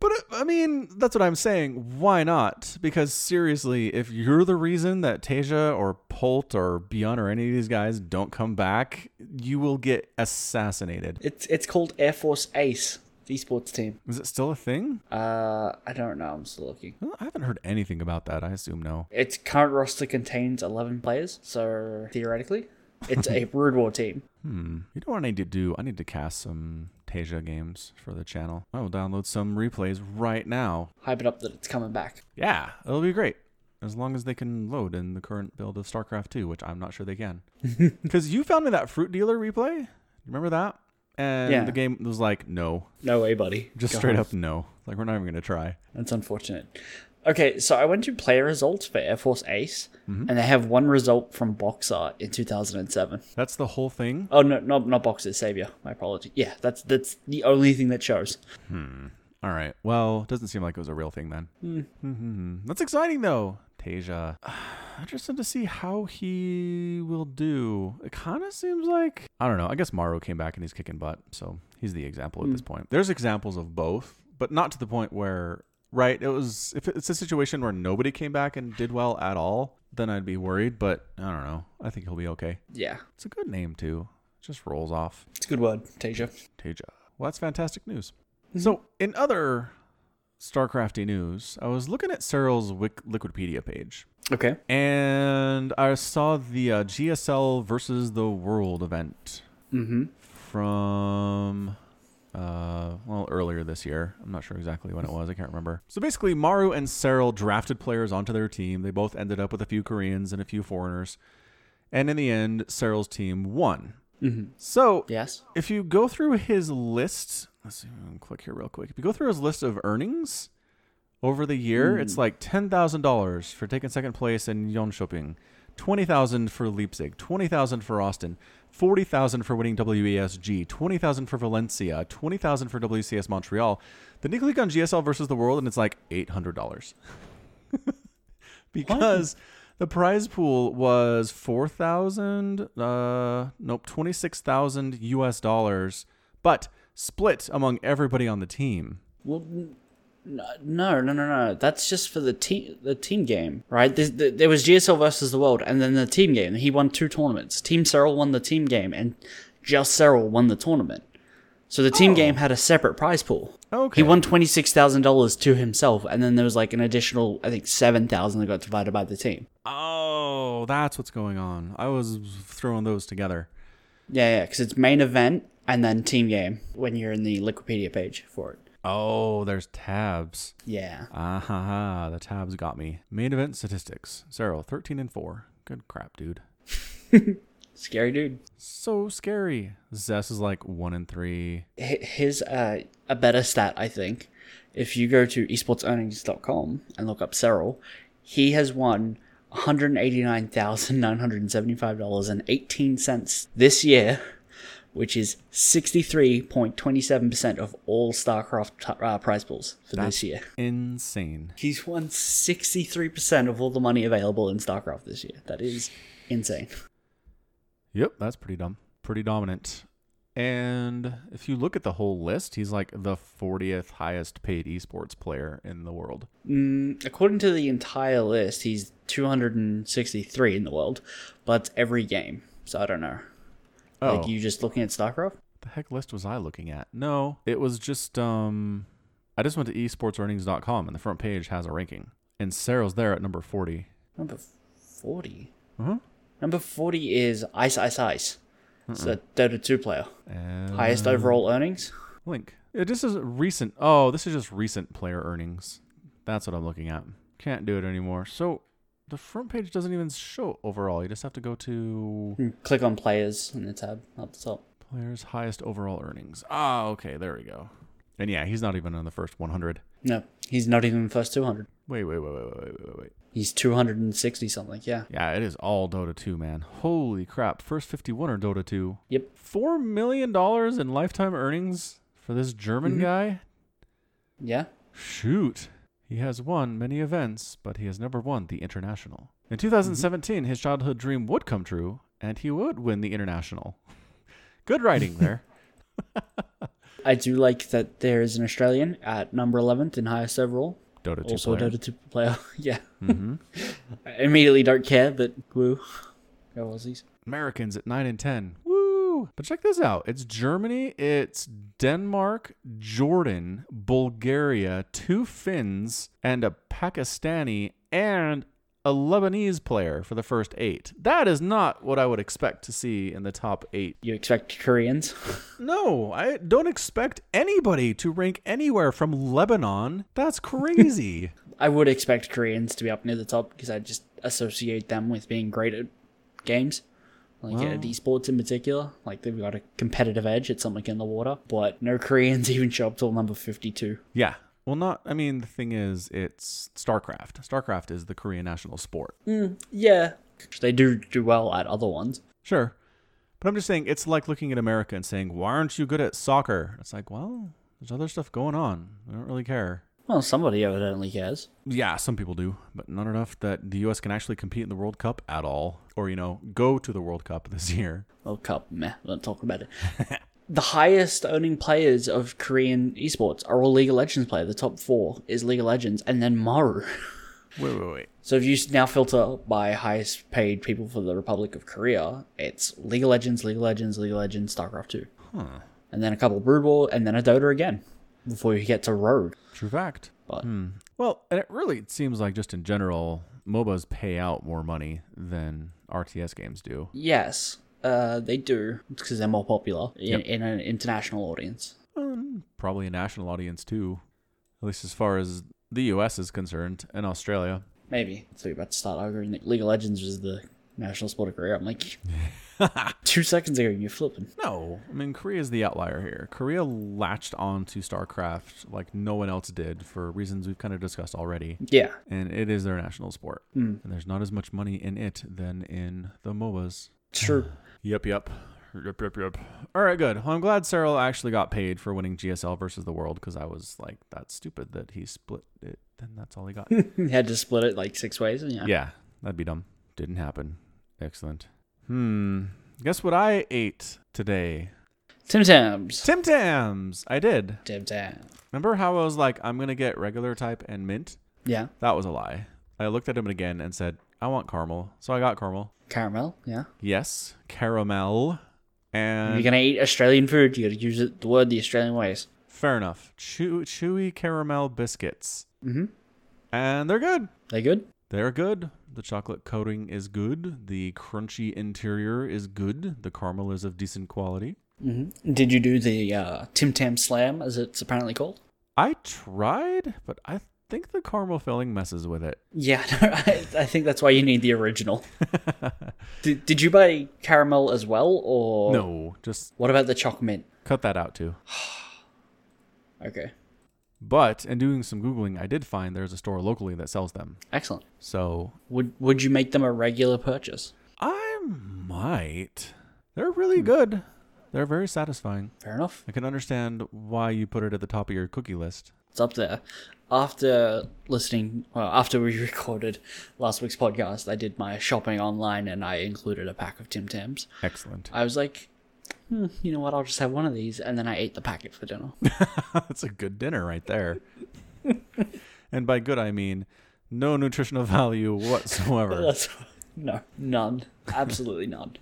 S2: but uh, I mean, that's what I'm saying. Why not? Because seriously, if you're the reason that Teja or Polt or Bjorn or any of these guys don't come back, you will get assassinated.
S3: It's it's called Air Force Ace the esports team.
S2: Is it still a thing?
S3: Uh, I don't know. I'm still looking.
S2: Well, I haven't heard anything about that. I assume no.
S3: Its current roster contains 11 players, so theoretically, it's
S2: [LAUGHS]
S3: a Brood War team.
S2: Hmm. You know what I need to do? I need to cast some Teja games for the channel. I will download some replays right now.
S3: Hype it up that it's coming back.
S2: Yeah, it'll be great. As long as they can load in the current build of StarCraft 2, which I'm not sure they can. Because you found me that fruit dealer replay. Remember that? And
S3: Yeah.
S2: the game was like, no.
S3: No way, buddy.
S2: Just
S3: Go
S2: straight
S3: home.
S2: up, no. Like, we're not even going to try.
S3: That's unfortunate. Okay, so I went to player results for Air Force Ace,
S2: Mm-hmm.
S3: and they have one result from Boxer in 2007.
S2: That's the whole thing.
S3: Oh no, not not Boxer, Savior. My apology. Yeah, that's that's the only thing that shows.
S2: All right. Well, doesn't seem like it was a real thing then. Mhm. That's exciting, though. Tasia. [SIGHS] Interested to see how he will do. It kind of seems like I don't know. I guess Maru came back and he's kicking butt, so he's the example at this point. There's examples of both, but not to the point where right. It was if it's a situation where nobody came back and did well at all, then I'd be worried. But I don't know. I think he'll be okay.
S3: Yeah,
S2: It's a good name too. Just rolls off.
S3: it's a good word, Tasia.
S2: Teja. Well, that's fantastic news. So, in other StarCrafty news, I was looking at Cyril's Wik- Liquidpedia page,
S3: Okay.
S2: and I saw the uh, GSL versus the World event
S3: Mm-hmm.
S2: from uh well earlier this year i'm not sure exactly when it was i can't remember so basically maru and Cyril drafted players onto their team they both ended up with a few koreans and a few foreigners and in the end Cyril's team won so
S3: Yes.
S2: if you go through his list, let's see, I'm gonna click here real quick. If you go through his list of earnings over the year, it's like ten thousand dollars for taking second place in Yon Shopping, 20,000 for Leipzig, 20,000 for Austin, 40,000 for winning E WESG, 20,000 for Valencia, 20,000 for WCS Montreal. Then you click on GSL versus the world and it's like $800. because the prize pool was 4,000 uh nope, 26,000 US dollars, but split among everybody on the team.
S3: Well, n- no, no, no, no. That's just for the team, the team game, right? There, there there was GSL versus the world, and then the team game. He won two tournaments. Team Cyril won the team game, and just Cyril won the tournament. So the team game had a separate prize pool.
S2: Okay.
S3: He won twenty six thousand dollars to himself, and then there was like an additional, I think, seven thousand that got divided by the team.
S2: Oh, that's what's going on. I was throwing those together.
S3: Yeah, yeah, because it's main event and then team game when you're in the Liquipedia page for it.
S2: Oh, there's tabs.
S3: Yeah.
S2: Ah ha ha, the tabs got me. Main event statistics. Cyril, 13 and 4. Good crap, dude.
S3: Scary dude.
S2: So scary. Zess is like 1 and 3.
S3: Hi- Here's uh, a better stat, I think. If you go to esportsearnings.com and look up Cyril, he has won $189,975.18 this year, which is 63.27% of all StarCraft t- uh, prize pools for this year.
S2: Insane.
S3: He's won 63% of all the money available in StarCraft this year. That is insane.
S2: Yep, that's pretty dumb. Pretty dominant. And if you look at the whole list, he's like the 40th highest paid esports player in the world.
S3: Mm, according to the entire list, he's 263 in the world, but every game. So I don't know.
S2: Oh,
S3: Like you just looking at StarCraft?
S2: the heck list was I looking at? No, it was just um I just went to esportsearnings.com and the front page has a ranking. And Cyril's there at number 40.
S3: Number 40.
S2: Uh-huh.
S3: Number 40 is Ice Ice Ice. It's a Dota 2 player.
S2: And
S3: Highest overall earnings.
S2: link. Yeah, this is recent. Oh, this is just recent player earnings. That's what I'm looking at. Can't do it anymore. So the front page doesn't even show overall. You just have to go to
S3: Mm, Click on players in the tab up the top.
S2: players highest overall earnings. Ah, okay, there we go. And yeah, he's not even in the first 100.
S3: No, he's not even first 200.
S2: Wait, wait, wait, wait, wait, wait, wait, wait.
S3: He's 260 something. Yeah.
S2: Yeah, it is all Dota 2, man. Holy crap. First 51 are Dota 2.
S3: Yep.
S2: $4 million in lifetime earnings for this German
S3: Mm-hmm.
S2: guy?
S3: Yeah.
S2: Shoot. He has won many events, but he has never won the international. In
S3: Mm-hmm.
S2: 2017, his childhood dream would come true, and he would win the international. [LAUGHS] Good writing there.
S3: I do like that there is an Australian at number 11th in highest overall.
S2: Dota 2
S3: also
S2: player.
S3: Dota 2 player. [LAUGHS] yeah. I immediately don't care, but woo. Go Aussies.
S2: Americans at 9 and 10. Woo! But check this out. It's Germany, it's Denmark, Jordan, Bulgaria, two Finns, and a Pakistani and a Lebanese player for the first 8. That is not what I would expect to see in the top 8
S3: You expect Koreans?
S2: No, I don't expect anybody to rank anywhere from Lebanon. [LAUGHS] That's crazy.
S3: I would expect Koreans to be up near the top because I just associate them with being great at games. Like at esports in particular, like they've got a competitive edge at something in the water, but no Koreans [LAUGHS] even show up till number 52.
S2: yeah. Well, not, I mean, the thing is, it's StarCraft. StarCraft is the Korean national sport.
S3: Yeah. They do do well at other ones.
S2: Sure. But I'm just saying, it's like looking at America and saying, why aren't you good at soccer? It's like, well, there's other stuff going on. I don't really care.
S3: Well, somebody evidently cares.
S2: Yeah, some people do, but not enough that the U.S. can actually compete in the World Cup at all, or, you know, go to the World Cup this [LAUGHS] year.
S3: World Cup, meh, don't talk about it. the highest earning players of Korean esports are all League of Legends players. The top four is League of Legends and then Maru. [LAUGHS]
S2: Wait, wait, wait.
S3: So if you now filter by highest paid people for the Republic of Korea, it's League of Legends, League of Legends, League of Legends, StarCraft 2. And then a couple of Brood War, and then a Dota again before you get to Rogue.
S2: True fact.
S3: But
S2: Well, and it really seems like just in general, MOBAs pay out more money than RTS games do.
S3: yes, uh, they do because they're more popular in, in an international audience.
S2: Um, probably a national audience too, at least as far as the US is concerned and Australia.
S3: Maybe. So you're about to start arguing that League of Legends was the National Sport of Korea. I'm like, two seconds ago, you're flipping.
S2: No, I mean Korea's the outlier here. Korea latched on to StarCraft like no one else did for reasons we've kind of discussed already,
S3: Yeah.
S2: and it is their national sport. And there's not as much money in it than in the MOBAs.
S3: True.
S2: Yep, yep. Yep, yep, yep. All right, good. Well, I'm glad Cyril actually got paid for winning GSL versus the world because I was like, that's stupid that he split it. Then that's all he got.
S3: Had to split it like six ways. and Yeah.
S2: yeah, that'd be dumb. Didn't happen. Excellent. Hmm. Guess what I ate today?
S3: Tim Tams.
S2: Tim Tams. I did.
S3: Tim Tam.
S2: Remember how I was like, I'm going to get regular type and mint?
S3: Yeah.
S2: That was a lie. I looked at him again and said, I want caramel. So I got caramel.
S3: Caramel. Yeah.
S2: Yes, caramel. And
S3: If you're gonna eat Australian food, you gotta use it, the word the Australian ways.
S2: Fair enough. Chew- chewy caramel biscuits.
S3: Mm-hmm.
S2: And they're good.
S3: They good?
S2: They're good. The chocolate coating is good. The crunchy interior is good. The caramel is of decent quality.
S3: Mm-hmm. Did you do the uh, Tim Tam Slam, as it's apparently called?
S2: I tried, but I think the caramel filling messes with it.
S3: Yeah, [LAUGHS] no, I, I think that's why you need the original. did, did you buy caramel as well, or
S2: No, just
S3: What about the choc mint?
S2: cut that out too.
S3: Okay,
S2: But in doing some Googling, I did find there's a store locally that sells them.
S3: excellent.
S2: So
S3: Would Would you make them a regular purchase?
S2: I might. They're really good. They're very satisfying.
S3: Fair enough.
S2: I can understand why you put it at the top of your cookie list.
S3: It's up there. After listening, well, after we [LAUGHS] recorded last week's podcast, I did my shopping online and I included a pack of Tim Tams.
S2: Excellent.
S3: I was like, hmm, you know what? I'll just have one of these, and then I ate the packet for dinner.
S2: [LAUGHS] That's a good dinner right there. [LAUGHS] and by good, I mean no nutritional [LAUGHS] value whatsoever,
S3: That's no, none, absolutely none.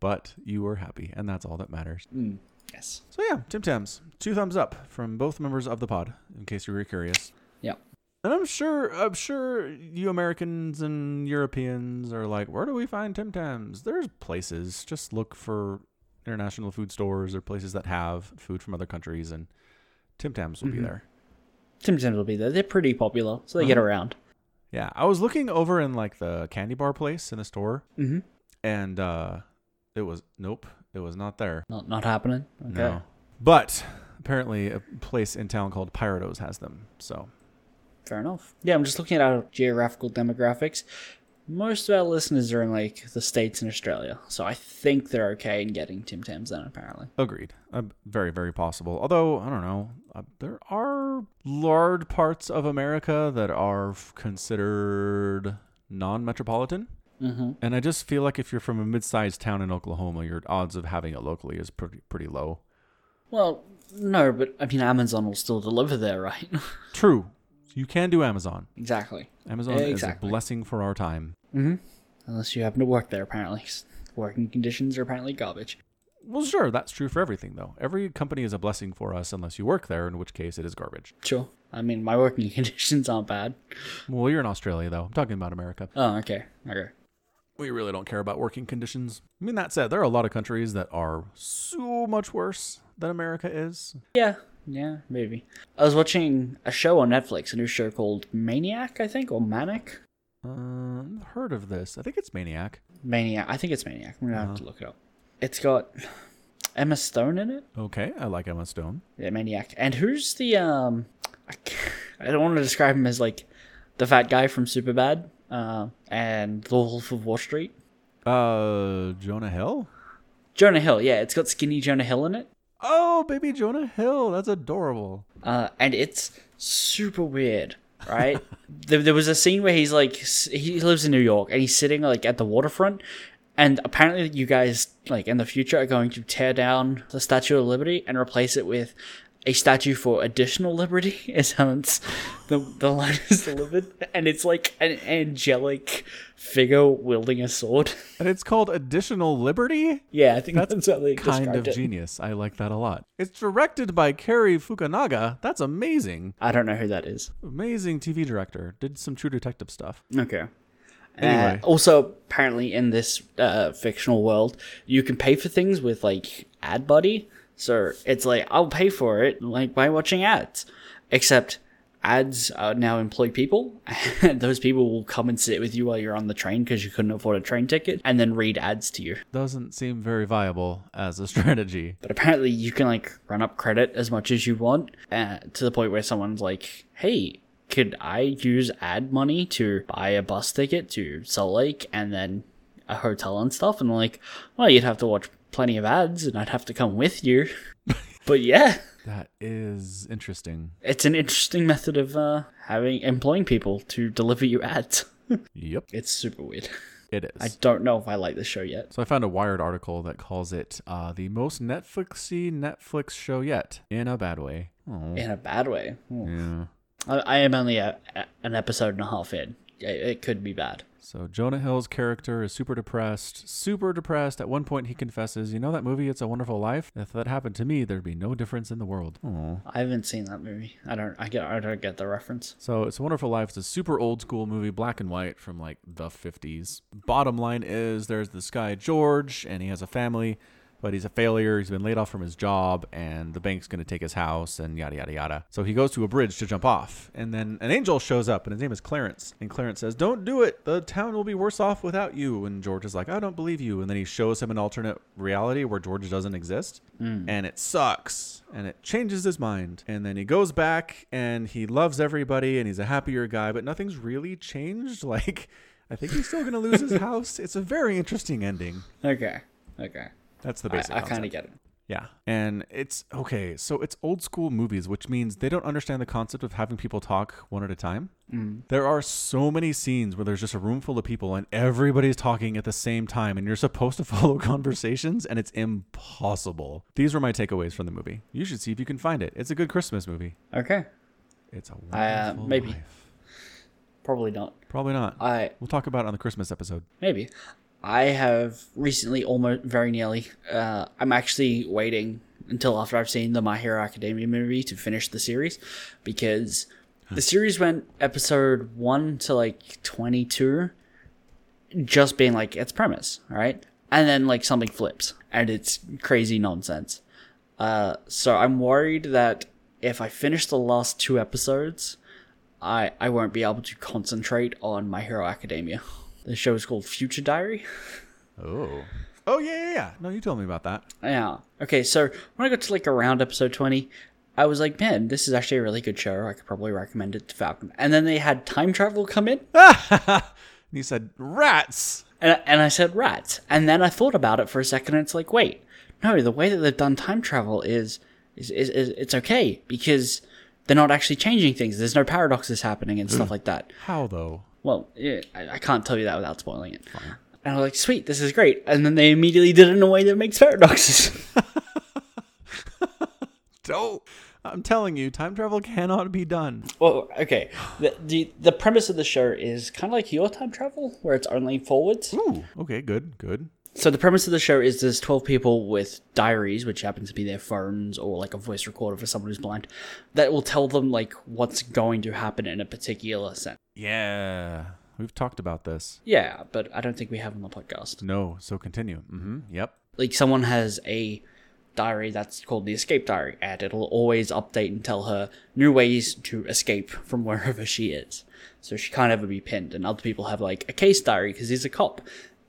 S2: but you were happy, and that's all that matters.
S3: Hmm. Yes.
S2: So, yeah, Tim Tams, two thumbs up from both members of the pod, in case you were curious.
S3: Yeah.
S2: And I'm sure, I'm sure you Americans and Europeans are like, where do we find Tim Tams? There's places. Just look for international food stores or places that have food from other countries, and Tim Tams will
S3: Mm-hmm.
S2: be there.
S3: Tim Tams will be there. They're pretty popular, so they get around.
S2: Yeah, I was looking over in like the candy bar place in the store,
S3: Mhm.
S2: and uh, it was nope, it was not there.
S3: Not not happening. Okay.
S2: No, but apparently a place in town called Pyrotos has them. So
S3: Fair enough. Yeah, I'm just looking at our geographical demographics. Most of our listeners are in like the states and Australia, so I think they're okay in getting Tim Tams then. Apparently,
S2: agreed, uh, very very possible. Although I don't know, uh, there are large parts of America that are f- considered non-metropolitan.
S3: mm-hmm.
S2: And I just feel like if you're from a mid-sized town in Oklahoma, your odds of having it locally is pretty pretty low.
S3: well, no, but I mean Amazon will still deliver there, right? [LAUGHS]
S2: True, you can do Amazon.
S3: exactly.
S2: Amazon
S3: Exactly.
S2: is a blessing for our time.
S3: Unless you happen to work there, apparently. 'cause Working conditions are apparently garbage.
S2: Well, sure, that's true for everything, though. Every company is a blessing for us unless you work there, in which case it is garbage.
S3: Sure. I mean, my working [LAUGHS] conditions aren't bad.
S2: Well, you're in Australia, though. I'm talking about America.
S3: Oh, okay. Okay.
S2: We really don't care about working conditions. I mean, that said, there are a lot of countries that are so much worse than America is.
S3: Yeah. Yeah, maybe. I was watching a show on Netflix, a new show called Maniac, I think, or Manic.
S2: Um, I've heard of this. I think it's Maniac.
S3: Maniac. I think it's Maniac. I'm gonna have to look it up. It's got Emma Stone in it.
S2: Okay, I like Emma Stone.
S3: Yeah, Maniac. And who's the um? I, ca- I don't want to describe him as like the fat guy from Superbad, uh, and The Wolf of Wall Street.
S2: Uh, Jonah Hill?
S3: Jonah Hill. Yeah, it's got skinny Jonah Hill in it.
S2: Oh, baby Jonah Hill. That's adorable.
S3: uh, and it's super weird
S2: [LAUGHS]
S3: right there, there was a scene where he's like s- he lives in new york and he's sitting like at the waterfront and apparently you guys like in the future are going to tear down the statue of liberty and replace it with a statue for additional liberty [LAUGHS] is how it's the, the line
S2: [LAUGHS]
S3: is delivered and it's like an angelic figure wielding a sword [LAUGHS]
S2: And it's called Additional Liberty?
S3: yeah i think that's, how they
S2: kind
S3: described
S2: of
S3: it.
S2: genius. I like that a lot. It's directed by Kerry Fukunaga. That's amazing.
S3: i don't know who that is
S2: Amazing TV director. Did some True Detective stuff.
S3: Okay.
S2: Anyway.
S3: Uh, also, apparently, in this uh, fictional world, you can pay for things with like ad buddy. So it's like I'll pay for it like by watching ads, except ads uh, now employ people. [LAUGHS] and Those people will come and sit with you while you're on the train because you couldn't afford a train ticket and then read ads to you.
S2: Doesn't seem very viable as a [LAUGHS] strategy.
S3: But apparently, you can like run up credit as much as you want uh, to the point where someone's like, hey, could I use ad money to buy a bus ticket to Salt Lake and then a hotel and stuff? And they're like, well, you'd have to watch plenty of ads and I'd have to come with you. but yeah,
S2: That is interesting.
S3: it's an interesting method of uh, having employing people to deliver you ads.
S2: Yep,
S3: It's super weird.
S2: it is.
S3: I don't know if I like the show yet.
S2: so I found a Wired article that calls it uh, the most Netflixy Netflix show yet, in a bad way. Oh,
S3: In a bad way. Hmm.
S2: yeah.
S3: I, I am only a, a- an episode and a half in. It, it could be bad.
S2: So Jonah Hill's character is super depressed, super depressed. At one point, he confesses, "You know that movie, It's a Wonderful Life. If that happened to me, there'd be no difference in the world." Aww.
S3: I haven't seen that movie. I don't. I get. I don't get the reference.
S2: So It's a Wonderful Life is a super old school movie, black and white from like the 50s. Bottom line is there's this guy George and he has a family, but he's a failure. He's been laid off from his job and the bank's going to take his house and yada yada yada. So he goes to a bridge to jump off and then an angel shows up and his name is Clarence. And Clarence says, "Don't do it. The town will be worse off without you." And George is like, "I don't believe you." And then he shows him an alternate reality where George doesn't exist
S3: Hmm.
S2: and it sucks and it changes his mind. And then he goes back and he loves everybody and he's a happier guy, but nothing's really changed. [LAUGHS] Like, I think he's still going to lose
S3: [LAUGHS]
S2: his house. It's a very interesting ending.
S3: Okay. Okay.
S2: That's the
S3: I,
S2: basic.
S3: I kind
S2: concept.
S3: of get it.
S2: Yeah. And it's okay. So it's old school movies, which means they don't understand the concept of having people talk one at a time. There are so many scenes where there's just a room full of people and everybody's talking at the same time, and you're supposed to [LAUGHS] follow conversations, and it's impossible. These were my takeaways from the movie. You should see if you can find it. It's a good Christmas movie.
S3: Okay.
S2: It's a wonderful
S3: Uh, maybe.
S2: life.
S3: Probably not.
S2: Probably not.
S3: I
S2: we'll talk about it on the Christmas episode.
S3: maybe. I have recently, almost very nearly. Uh, I'm actually waiting until after I've seen the My Hero Academia movie to finish the series, because the series went episode one to like 22, just being like its premise, all right, and then like something flips and it's crazy nonsense. Uh, so I'm worried that if I finish the last two episodes, I I won't be able to concentrate on My Hero Academia. The show is called Future Diary.
S2: Oh. Oh, yeah, yeah, yeah. No, you told me about that.
S3: Yeah. Okay, so when I got to like around episode 20, I was like, man, this is actually a really good show. I could probably recommend it to Falcon. And then they had time travel come in, [LAUGHS]
S2: and you said, rats.
S3: and, and I said, rats. And then I thought about it for a second, and it's like, wait, no, the way that they've done time travel is, is, is, is it's okay because they're not actually changing things. There's no paradoxes happening and stuff like that.
S2: How, though?
S3: Well, yeah, I, I can't tell you that without spoiling it. And I was like, sweet, this is great. And then they immediately did it in a way that makes paradoxes. [LAUGHS]
S2: don't. I'm telling you, time travel cannot be done.
S3: Well, okay. The, the the premise of the show is kind of like your time travel, where it's only forwards.
S2: Ooh. Okay, good, good.
S3: So the premise of the show is there's twelve people with diaries, which happen to be their phones or like a voice recorder for someone who's blind, that will tell them like what's going to happen in a particular sense.
S2: Yeah. We've talked about this.
S3: Yeah, but I don't think we have on the podcast.
S2: No, so continue. Mm-hmm. Yep.
S3: like someone has a diary that's called the escape diary and it'll always update and tell her new ways to escape from wherever she is so she can't ever be pinned and other people have like a case diary because he's a cop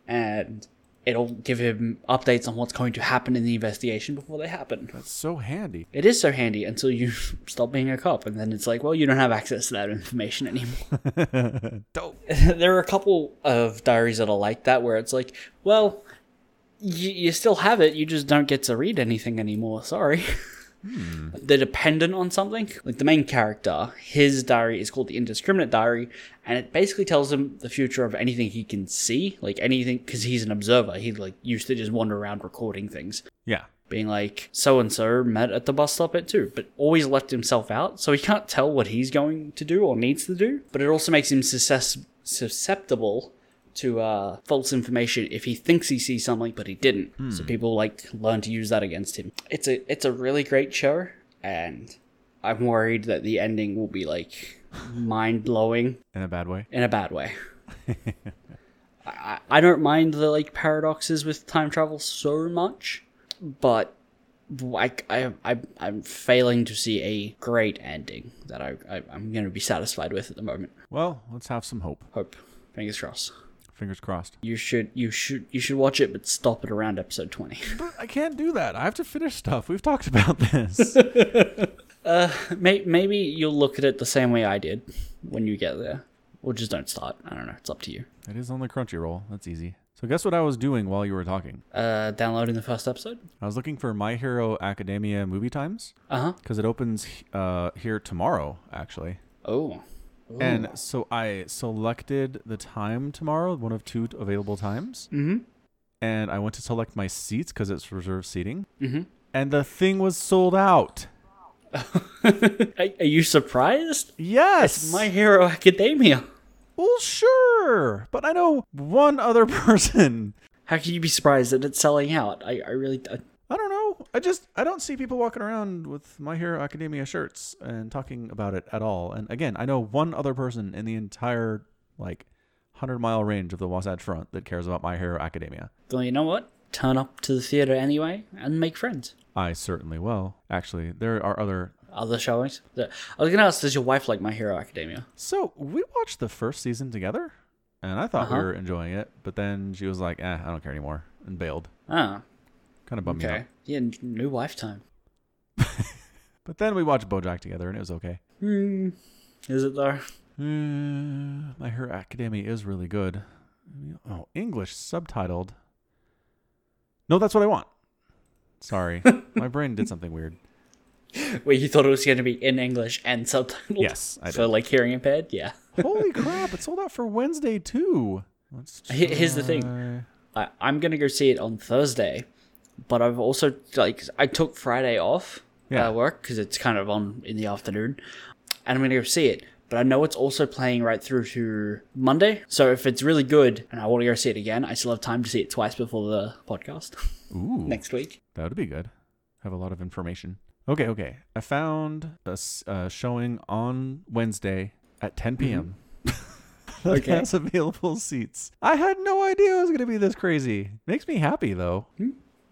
S3: and it'll give him updates on what's going to happen in the investigation before they happen
S2: That's so handy.
S3: it is so handy until you [LAUGHS] stop being a cop and then it's like well you don't have access to that information anymore
S2: Dope.
S3: [LAUGHS] there are a couple of diaries that are like that where it's like, well, you, you still have it, you just don't get to read anything anymore. Sorry. They're dependent on something. Like the main character, his diary is called the Indiscriminate Diary, and it basically tells him the future of anything he can see, like anything, because he's an observer. He like used to just wander around recording things
S2: Yeah.
S3: being like so and so met at the bus stop at two, but always left himself out, so he can't tell what he's going to do or needs to do. But it also makes him susces- susceptible to uh, false information if he thinks he sees something but he didn't. So people like learn to use that against him. It's a it's a really great show, and I'm worried that the ending will be like mind blowing
S2: In a bad way.
S3: in a bad way. I, I don't mind the like paradoxes with time travel so much, but I, I, I, I'm failing to see a great ending that I, I, I'm going to be satisfied with at the moment.
S2: Well, let's have some hope.
S3: Hope, fingers crossed.
S2: Fingers crossed.
S3: You should, you should, you should watch it, but stop it around episode twenty. [LAUGHS]
S2: But I can't do that. I have to finish stuff. We've talked about this.
S3: May- Maybe you'll look at it the same way I did when you get there, or just don't start. I don't know. It's up to you.
S2: [LAUGHS] it is on the Crunchyroll. That's easy. So guess what I was doing while you were talking?
S3: Uh, downloading the first episode.
S2: I was looking for My Hero Academia movie times
S3: Uh huh.
S2: because it opens uh, here tomorrow, actually.
S3: Oh,
S2: And so I selected the time tomorrow, one of two available times.
S3: mm-hmm.
S2: And I went to select my seats because it's reserved seating.
S3: Mhm.
S2: And the thing was sold out.
S3: [LAUGHS] are, are you surprised?
S2: Yes.
S3: My Hero Academia.
S2: Well, sure. But I know one other [LAUGHS] person.
S3: How can you be surprised that it's selling out? I, I really, I,
S2: I don't know. I just I don't see people walking around with My Hero Academia shirts and talking about it at all. And again, I know one other person in the entire like hundred mile range of the Wasatch Front that cares about My Hero Academia.
S3: well, you know what? Turn up to the theater anyway and make friends.
S2: I certainly will. Actually, there are other.
S3: Other showings. The- I was gonna ask, does your wife like My Hero Academia?
S2: So we watched the first season together, and I thought
S3: Uh-huh.
S2: we were enjoying it, but then she was like, "Eh, I don't care anymore," and bailed.
S3: Ah,
S2: Kind of bummed me out.
S3: okay. Yeah, n- new wife time.
S2: But then we watched BoJack together, and it was okay.
S3: Hmm. Is it though? [LAUGHS]
S2: Uh, My Hero Academia is really good. Oh, English subtitled. No, that's what I want.
S3: [LAUGHS]
S2: Sorry, my brain did something weird.
S3: Wait, you thought it was going to be in English and subtitled?
S2: Yes, I
S3: so like hearing impaired? Yeah.
S2: Holy crap! It sold out for Wednesday too. Let's
S3: He- here's the thing.
S2: try-
S3: I, I'm going to go see it on Thursday, but I've also like I took Friday off
S2: Yeah.
S3: uh, work because it's kind of on in the afternoon, and I'm going to go see it. But I know it's also playing right through to Monday. So if it's really good and I want to go see it again, I still have time to see it twice before the podcast [LAUGHS]
S2: Ooh,
S3: next week.
S2: that would be good. Have a lot of information. Okay, okay. I found a s- uh, showing on Wednesday at 10 p.m. that
S3: Okay.
S2: has available seats. I had no idea it was gonna be this crazy. Makes me happy though.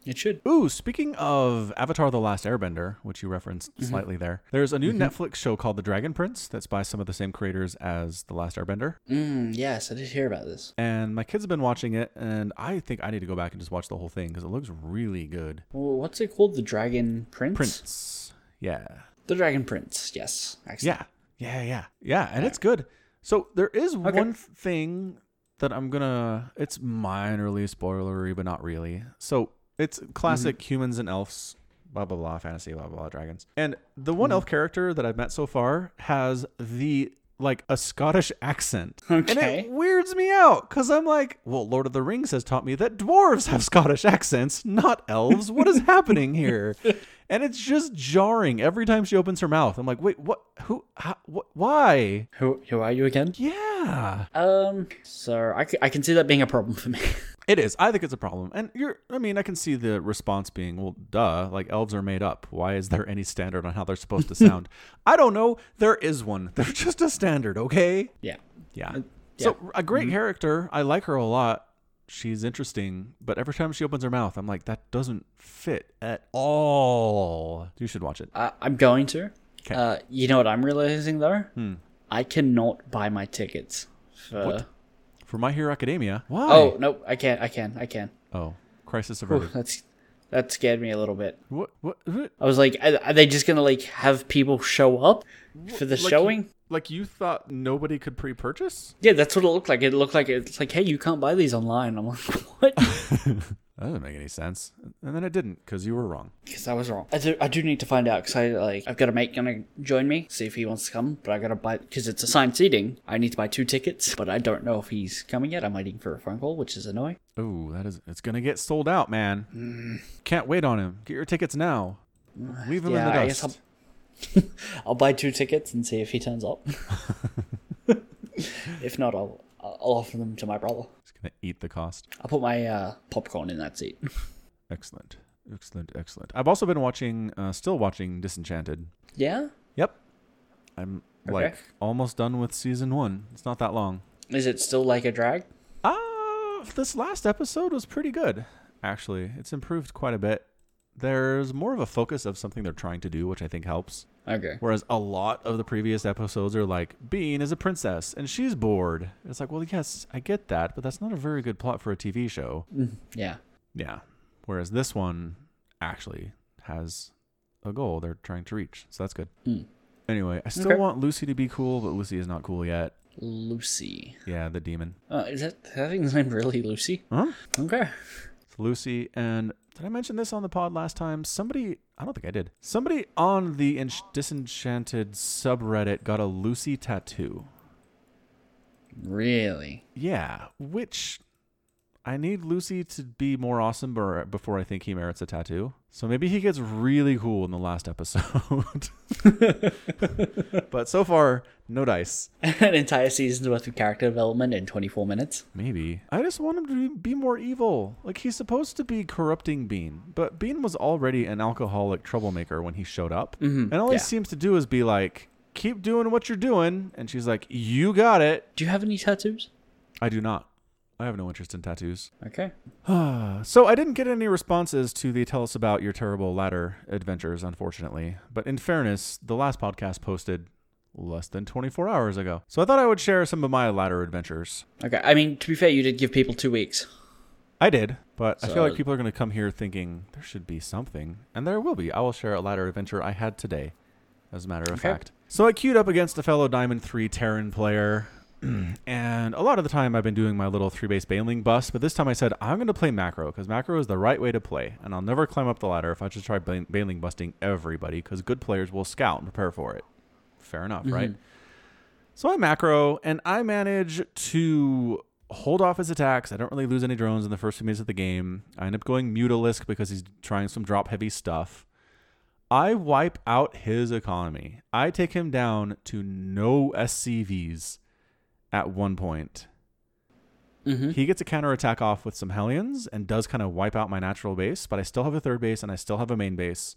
S3: It should.
S2: Ooh, speaking of Avatar The Last Airbender, which you referenced slightly there, there's a new Netflix show called The Dragon Prince that's by some of the same creators as The Last Airbender.
S3: Mm, yes, I did hear about this.
S2: And my kids have been watching it, and I think I need to go back and just watch the whole thing because it looks really good.
S3: Well, what's it called? The Dragon Prince.
S2: Prince. Yeah.
S3: The Dragon Prince. Yes. Excellent.
S2: Yeah. Yeah. Yeah. Yeah. And it's good. So there is one th- thing that I'm going to, it's minorly spoilery, but not really. So it's classic humans and elves, blah, blah, blah, fantasy, blah, blah, blah, dragons. And the one elf character that I've met so far has the, like, a Scottish accent. And
S3: Okay.
S2: it weirds me out because I'm like, well, Lord of the Rings has taught me that dwarves have Scottish accents, not elves. What is happening here? And it's just jarring every time she opens her mouth. I'm like, wait, what? Who? How, wh- why?
S3: Who, who are you again?
S2: Yeah,
S3: Um, so I, c- I can see that being a problem for me. [LAUGHS]
S2: it is. I think it's a problem. And you're, I mean, I can see the response being, well, duh, like elves are made up. Why is there any standard on how they're supposed to sound? I don't know. There is one. There's just a standard, okay?
S3: yeah.
S2: Yeah. So a great character. I like her a lot. She's interesting, but every time she opens her mouth, I'm like, that doesn't fit at all. You should watch it.
S3: I, Uh, I'm going to.
S2: 'Kay.
S3: Uh, you know what I'm realizing though? I cannot buy my tickets. For...
S2: Hmm. What? For My Hero Academia. Why?
S3: Oh, no, I can't. I can. I can.
S2: Oh, crisis
S3: Whew,
S2: averted.
S3: [LAUGHS] that's that scared me a little bit.
S2: what? What? what?
S3: I was like, are, are they just gonna like have people show up for the
S2: Like you-
S3: showing?
S2: like you thought nobody could pre-purchase?
S3: Yeah, that's what it looked like. It looked like it's like, hey, you can't buy these online. I'm like, [LAUGHS]
S2: [LAUGHS]
S3: what?
S2: That doesn't make any sense. And then it didn't because you were wrong.
S3: Because I was wrong. I do, I do need to find out because I like I've got a mate gonna join me, see if he wants to come. But I gotta buy because it's assigned seating. I need to buy two tickets, but I don't know if he's coming yet. I'm waiting for a phone call, which is annoying.
S2: Oh, that is. It's gonna get sold out, man. Can't wait on him. Get your tickets now. Leave him
S3: Mm. yeah,
S2: in the
S3: I
S2: dust.
S3: guess I'll, I'll buy two tickets and see if he turns up. [LAUGHS] if not, I'll I'll offer them to my brother.
S2: It's gonna eat the cost.
S3: I'll put my uh, popcorn in that seat.
S2: Excellent. Excellent. Excellent. I've also been watching, uh, still watching Disenchanted.
S3: yeah,
S2: Yep. I'm like
S3: Okay.
S2: almost done with season one. It's not that long.
S3: is it still like a drag?
S2: Uh, Ah, this last episode was pretty good, actually. It's improved quite a bit. there's more of a focus of something they're trying to do, which I think helps.
S3: Okay.
S2: Whereas a lot of the previous episodes are like, Bean is a princess and she's bored. It's like, well, yes, I get that, but that's not a very good plot for a TV show.
S3: Mm, Yeah.
S2: Yeah. Whereas this one actually has a goal they're trying to reach. So that's good. Anyway, I still
S3: Okay.
S2: want Lucy to be cool, but Lucy is not cool yet.
S3: Lucy.
S2: Yeah, the demon.
S3: Uh, is that that thing's name really Lucy?
S2: Huh?
S3: Okay.
S2: It's Lucy and did I mention this on the pod last time? Somebody, I don't think I did. Somebody on the en- disenchanted subreddit got a Lucy tattoo.
S3: Really? [LAUGHS]
S2: Yeah, which I need Lucy to be more awesome ber- before I think he merits a tattoo. So maybe he gets really cool in the last episode. [LAUGHS] but so far, no dice.
S3: An entire season's worth of character development in 24 minutes.
S2: Maybe. I just want him to be more evil. Like, he's supposed to be corrupting Bean, but Bean was already an alcoholic troublemaker when he showed up. And all
S3: yeah.
S2: he seems to do is be like, keep doing what you're doing. And she's like, you got it.
S3: Do you have any tattoos?
S2: I do not. I have no interest in tattoos.
S3: Okay.
S2: [SIGHS] So I didn't get any responses to the tell us about your terrible ladder adventures, unfortunately. But in fairness, the last podcast posted less than 24 hours ago. So I thought I would share some of my ladder adventures.
S3: Okay. I mean, to be fair, you did give people two weeks.
S2: I did, but I feel
S3: So-
S2: like people are going to come here thinking there should be something, and there will be. I will share a ladder adventure I had today, as a matter of
S3: Okay.
S2: fact. So I queued up against a fellow Diamond 3 Terran player, and a lot of the time I've been doing my little three base bailing bust, but this time I said I'm going to play macro because macro is the right way to play, and I'll never climb up the ladder if I just try bail- bailing busting everybody because good players will scout and prepare for it. Fair enough, right? So I macro and I manage to hold off his attacks. I don't really lose any drones in the first few minutes of the game. I end up going Mutalisk because he's trying some drop heavy stuff. I wipe out his economy. I take him down to no SCVs at one point.
S3: Mm-hmm.
S2: He gets a counterattack off with some Hellions and does kind of wipe out my natural base, but I still have a third base and I still have a main base.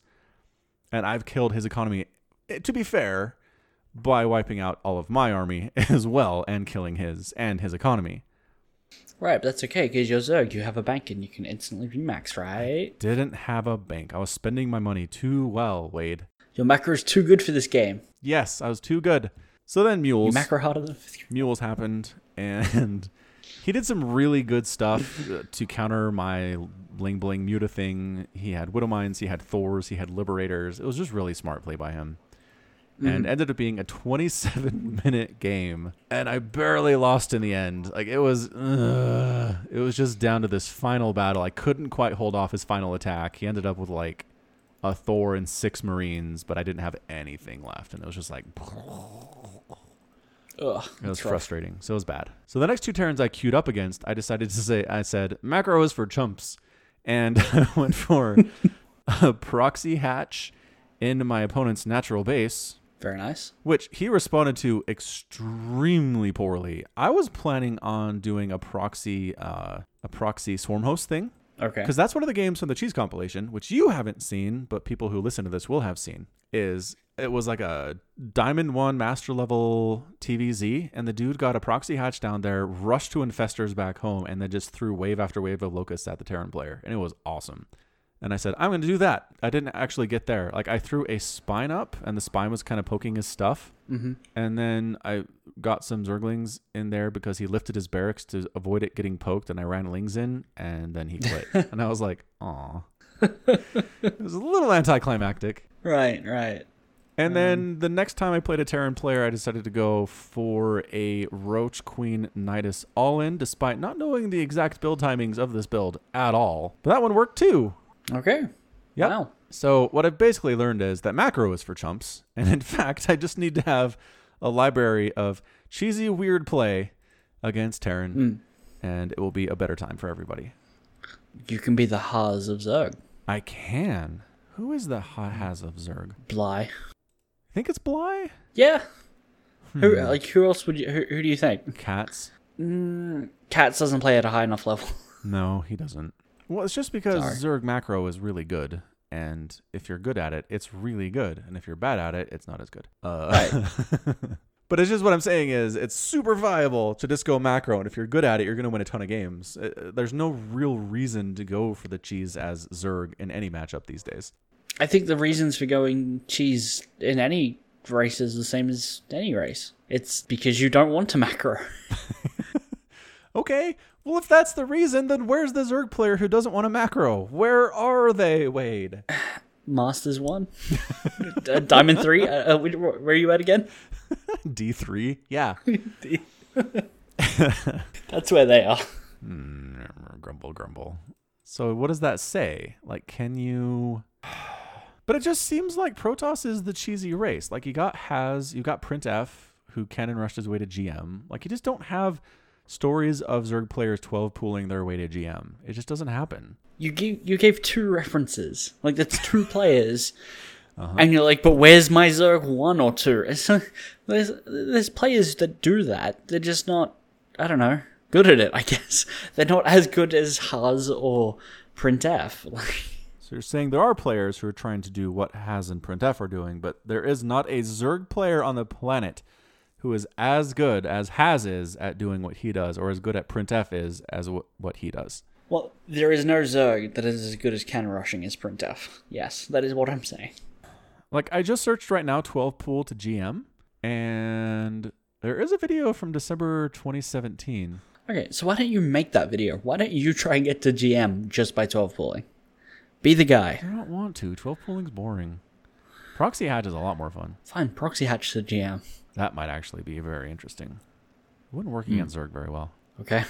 S2: And I've killed his economy, eh, to be fair, by wiping out all of my army [LAUGHS] as well and killing his and his economy.
S3: Right, but that's okay because you're Zerg. You have a bank and you can instantly remax, right?
S2: Didn't have a bank. I was spending my money too well, Wade.
S3: Your macro is too good for this game.
S2: Yes, I was too good. So then
S3: You
S2: mules.
S3: macro harder than fifth grade.
S2: mules happened and [LAUGHS] he did some really good stuff uh, to counter my bling bling muta thing he had widow mines he had thors he had liberators it was just really smart play by him and ended up being a 27 [LAUGHS] minute game and i barely lost in the end like it was ugh, it was just down to this final battle i couldn't quite hold off his final attack he ended up with like a thor and six marines but i didn't have anything left and it was just like
S3: Ugh,
S2: it was
S3: that's rough.
S2: frustrating. So it was bad. So the next two turns I queued up against, I decided to say, I said, macro is for chumps. And [LAUGHS] I went for a proxy hatch into my opponent's natural base,
S3: Very nice.
S2: which he responded to extremely poorly. I was planning on doing a proxy, uh, a proxy swarm host thing.
S3: Okay.
S2: Because that's one of the games from the cheese compilation, which you haven't seen, but people who listen to this will have seen, is it was like a Diamond One master level TVZ, and the dude got a proxy hatch down there, rushed to infestors back home, and then just threw wave after wave of locusts at the Terran player. And it was awesome. And I said, I'm going to do that. I didn't actually get there. Like, I threw a spine up, and the spine was kind of poking his stuff. Mm-hmm. And then I got some Zerglings in there because he lifted his barracks to avoid it getting poked, and I ran Lings in, and then he quit. and I was like, aw. it was a little anticlimactic.
S3: Right, right.
S2: And then the next time I played a Terran player, I decided to go for a Roach Queen Nidus all in, despite not knowing the exact build timings of this build at all. But that one worked too.
S3: Okay.
S2: Yep.
S3: Wow.
S2: So what I've basically learned is that macro is for chumps, [LAUGHS] and in fact, I just need to have a library of cheesy weird play against Terran,
S3: Hmm.
S2: and it will be a better time for everybody.
S3: You can be the Haas of Zerg.
S2: I can. Who is the ha- has of Zerg?
S3: Bly.
S2: I think it's Bly. Hmm.
S3: Yeah. Who like who else would you who, who do you think?
S2: Cats.
S3: Cats doesn't play at a high enough level. [LAUGHS]
S2: No, he doesn't. Well, it's just because
S3: Sorry.
S2: Zerg macro is really good, and if you're good at it, it's really good, and if you're bad at it, it's not as good. Uh, [LAUGHS] But it's just what I'm saying is it's super viable to just go macro, and if you're good at it, you're going to win a ton of games. Uh, uh, There's no real reason to go for the cheese as Zerg in any matchup these days.
S3: I think the reasons for going cheese in any race is the same as any race. It's because you don't want to macro.
S2: Okay, well if that's the reason, then where's the Zerg player who doesn't want a macro? Where are they, Wade? [LAUGHS]
S3: Masters one, Uh, Diamond three. Uh, uh, where where are you at again?
S2: D three? Yeah.
S3: That's where they are.
S2: grumble grumble so what does that say like can you [SIGHS] but it just seems like protoss is the cheesy race like you got has you got printf who cannon rushed his way to gm like you just don't have stories of zerg players 12 pooling their way to gm it just doesn't happen
S3: You gave you gave two references. Like that's two players. And you're like, but where's my Zerg one or two? [LAUGHS] It's like, there's there's players that do that. They're just not, I don't know, good at it. I guess [LAUGHS] they're not as good as Haz or Printf. [LAUGHS] Like,
S2: so you're saying there are players who are trying to do what has and printf are doing but there is not a zerg player on the planet who is as good as has is at doing what he does or as good at printf is as wh- what he does
S3: well, there is no Zerg that is as good as can rushing as Printf. Yes, that is what I'm saying.
S2: Like I just searched right now 12 pool to GM and there is a video from December 2017.
S3: Okay, so why don't you make that video? Why don't you try and get to GM just by 12 pulling? Be the guy.
S2: I don't want to. 12 pooling's boring. Proxy hatch is a lot more fun.
S3: Fine, proxy hatch to GM.
S2: That might actually be very interesting. It wouldn't work against Zerg very well.
S3: Okay.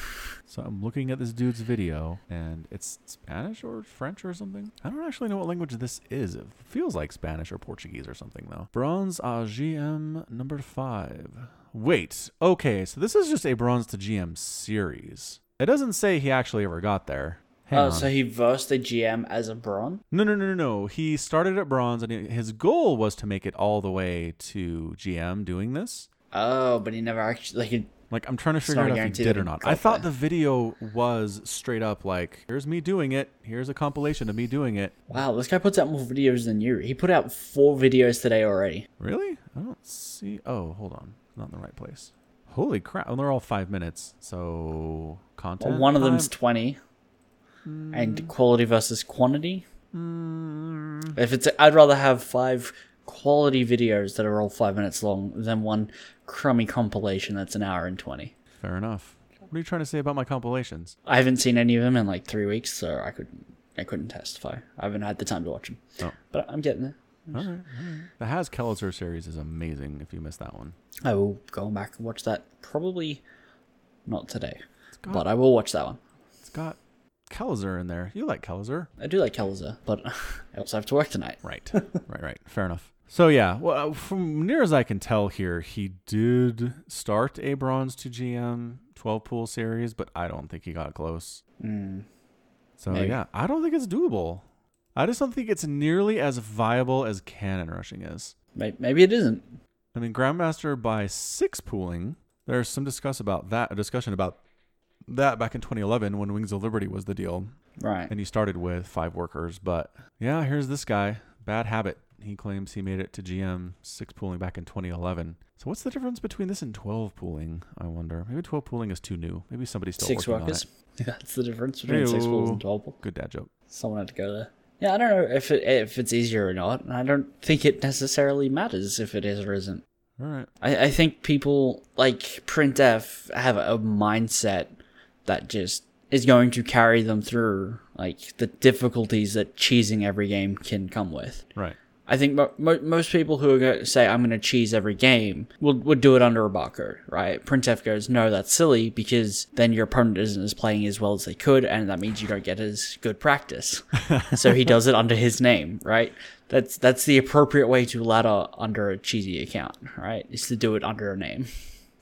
S2: So I'm looking at this dude's video and it's Spanish or French or something. I don't actually know what language this is. It feels like Spanish or Portuguese or something though. Bronze a GM number 5. Wait. Okay, so this is just a bronze to GM series. It doesn't say he actually ever got there. Hang
S3: Oh,
S2: on.
S3: so he versed the GM as a Bron?
S2: No, no, no, no, no. He started at bronze and his goal was to make it all the way to GM doing this.
S3: Oh, but he never actually like. He,
S2: Like I'm trying to
S3: not
S2: figure
S3: a
S2: out if
S3: guarantee
S2: he
S3: that
S2: did or
S3: he
S2: not.
S3: got
S2: I thought
S3: there.
S2: the video was straight up like, here's me doing it. Here's a compilation of me doing it.
S3: wow, this guy puts out more videos than you. He put out four videos today already.
S2: Really? I don't see. Oh, hold on. Not in the right place. Holy crap! And they're all five minutes. So
S3: Well,
S2: content.
S3: one of them's
S2: time?
S3: twenty,
S2: Hmm.
S3: and quality versus quantity. If it's, I'd rather have five quality videos that are all five minutes long than one crummy compilation that's an hour and twenty.
S2: fair enough. What are you trying to say about my compilations?
S3: I haven't seen any of them in like three weeks, so I could I couldn't testify. I haven't had the time to watch them.
S2: Oh.
S3: But I'm getting there.
S2: All right. all right. The Has Kelzer series is amazing. If you missed that one,
S3: I will go back and watch that. Probably not today,
S2: got-
S3: but I will watch that one.
S2: it's got Kelzer in there. You like Kelzer?
S3: I do like Kelza, but [LAUGHS] I also have to work tonight.
S2: Right. right, right. Fair enough. So yeah, well, uh, from near as I can tell here, he did start a bronze to GM 12 pool series, but I don't think he got close. Hmm. so
S3: Maybe.
S2: yeah, I don't think it's doable. I just don't think it's nearly as viable as cannon rushing is.
S3: May- Maybe it isn't.
S2: I mean, Grandmaster by six pooling. There's some discuss about that, a discussion about that back in 2011 when Wings of Liberty was the deal
S3: Right.
S2: and he started with five workers. But yeah, here's this guy, bad habit. He claims he made it to GM six pooling back in 2011. So what's the difference between this and 12 pooling? I wonder. Maybe 12 pooling is too new. Maybe somebody's still
S3: Six
S2: working on
S3: workers.
S2: it.
S3: [LAUGHS] That's the difference between six
S2: Ew.
S3: balls and twelve balls.
S2: Good dad joke.
S3: Someone had to go there. Yeah, I don't know if it, if it's easier or not, and I don't think it necessarily matters if it is or isn't.
S2: All right.
S3: I, I think people like printf have a mindset that just is going to carry them through like the difficulties that cheesing every game can come with.
S2: Right.
S3: I think mo- mo- most people who are going to say I'm going to cheese every game would would do it under a barcode, right? Printf goes, no, that's silly because then your opponent isn't as playing as well as they could, and that means you don't get as good practice. so he does it under his name, right? That's that's the appropriate way to ladder under a cheesy account, right? Is to do it under a name.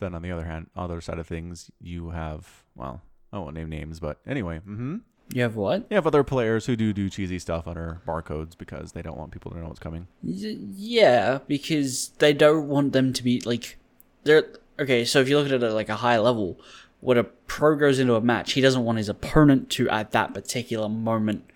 S2: Then on the other hand, other side of things, you have well, I won't name names, but anyway, mm-hmm.
S3: You have what?
S2: you have other players who do do cheesy stuff under barcodes because they don't want people to know what's coming.
S3: Y- Yeah, because they don't want them to be like they're okay. So if you look at it at like a high level, when a pro goes into a match, he doesn't want his opponent to at that particular moment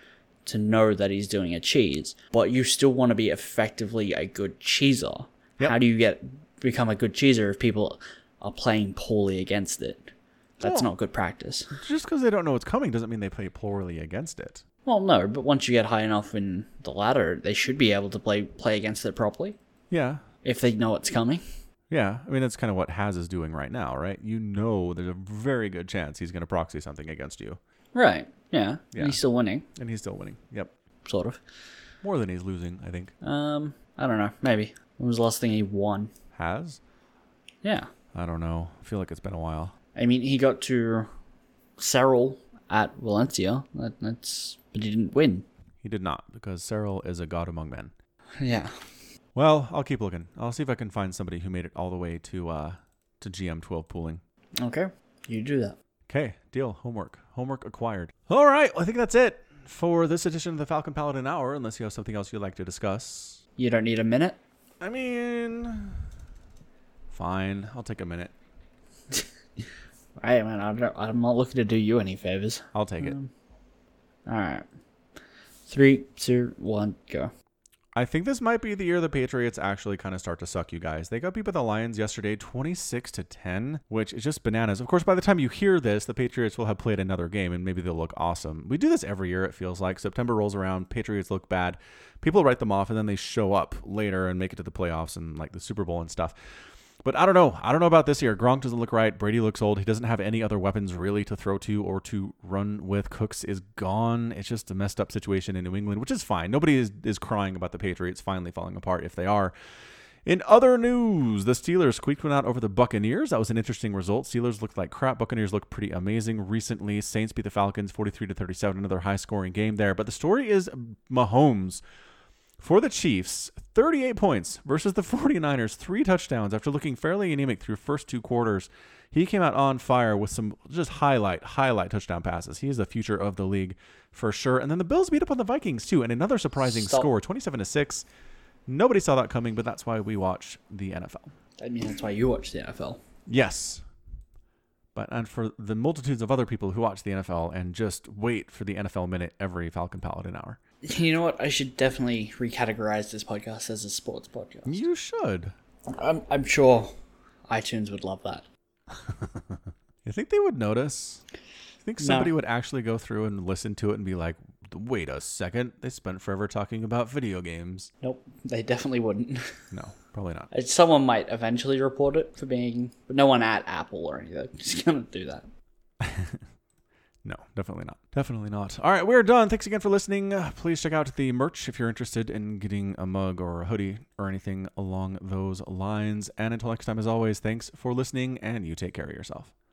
S3: to know that he's doing a cheese, but you still want to be effectively a good cheeser.
S2: Yep.
S3: How do you get become a good cheeser if people are playing poorly against it. That's not good practice.
S2: Just because they don't know what's coming doesn't mean they play poorly against it.
S3: Well, no, but once you get high enough in the ladder, they should be able to play play against it properly
S2: Yeah.
S3: if they know it's coming.
S2: Yeah. I mean, that's kind of what Haz is doing right now, right? You know, there's a very good chance he's going to proxy something against you,
S3: Right. Yeah.
S2: Yeah.
S3: And he's still winning,
S2: and he's still winning. Yep.
S3: sort of.
S2: More than he's losing, I think.
S3: Um, I don't know. Maybe. When was the last thing he won?
S2: Haz?
S3: Yeah.
S2: I don't know. I feel like it's been a while.
S3: I mean, he got to Cyril at Valencia. That, that's but he didn't win.
S2: He did not, because Cyril is a god among men.
S3: Yeah.
S2: Well, I'll keep looking. I'll see if I can find somebody who made it all the way to uh to GM12 pooling.
S3: Okay. You do that.
S2: Okay, deal. Homework. Homework acquired. All right, well, I think that's it for this edition of the Falcon Paladin Hour. Unless you have something else you'd like to discuss.
S3: You don't need a minute.
S2: I mean, fine. I'll take a minute.
S3: Hey man, I don't, I'm not looking to do you any favors.
S2: I'll take
S3: Mm.
S2: it.
S3: All right. Three, two, one, go.
S2: I think this might be the year the Patriots actually kind of start to suck, you guys. They got beat by the Lions yesterday, 26 to 10, which is just bananas. Of course, by the time you hear this, the Patriots will have played another game and maybe they'll look awesome. We do this every year, it feels like. September rolls around, Patriots look bad. People write them off and then they show up later and make it to the playoffs and like the Super Bowl and stuff. But I don't know. I don't know about this year. Gronk doesn't look right. Brady looks old. He doesn't have any other weapons really to throw to or to run with. Cooks is gone. It's just a messed up situation in New England, which is fine. Nobody is, is crying about the Patriots finally falling apart if they are. In other news, the Steelers squeaked one out over the Buccaneers. That was an interesting result. Steelers looked like crap. Buccaneers looked pretty amazing recently. Saints beat the Falcons 43 to 37, another high scoring game there. But the story is Mahomes for the Chiefs, 38 points versus the [LAUGHS] 49ers, three touchdowns after looking fairly anemic through first two quarters. He came out on fire with some just highlight, highlight touchdown passes. He is the future of the league for sure. And then the Bills beat up on the Vikings too, and another surprising
S3: Stop.
S2: score, 27 to 6. Nobody saw that coming, but that's why we watch the NFL.
S3: I mean, that's why you watch the NFL.
S2: Yes. But and for the multitudes of other people who watch the NFL and just wait for the NFL minute every Falcon Paladin hour.
S3: You know what? I should definitely recategorize this podcast as a sports podcast.
S2: You should.
S3: I'm, I'm sure iTunes would love that.
S2: You think they would notice? You think somebody would actually go through and listen to it and be like, wait a second, they spent forever talking about video games?
S3: Nope, they definitely wouldn't. [LAUGHS]
S2: No, probably not.
S3: Uh, Someone might eventually report it for being, but no one at Apple or anything [LAUGHS] is gonna do that.
S2: No, definitely not. Definitely not. All right, we're done. Thanks again for listening. Uh, Please check out the merch if you're interested in getting a mug or a hoodie or anything along those lines. And until next time, as always, thanks for listening and you take care of yourself.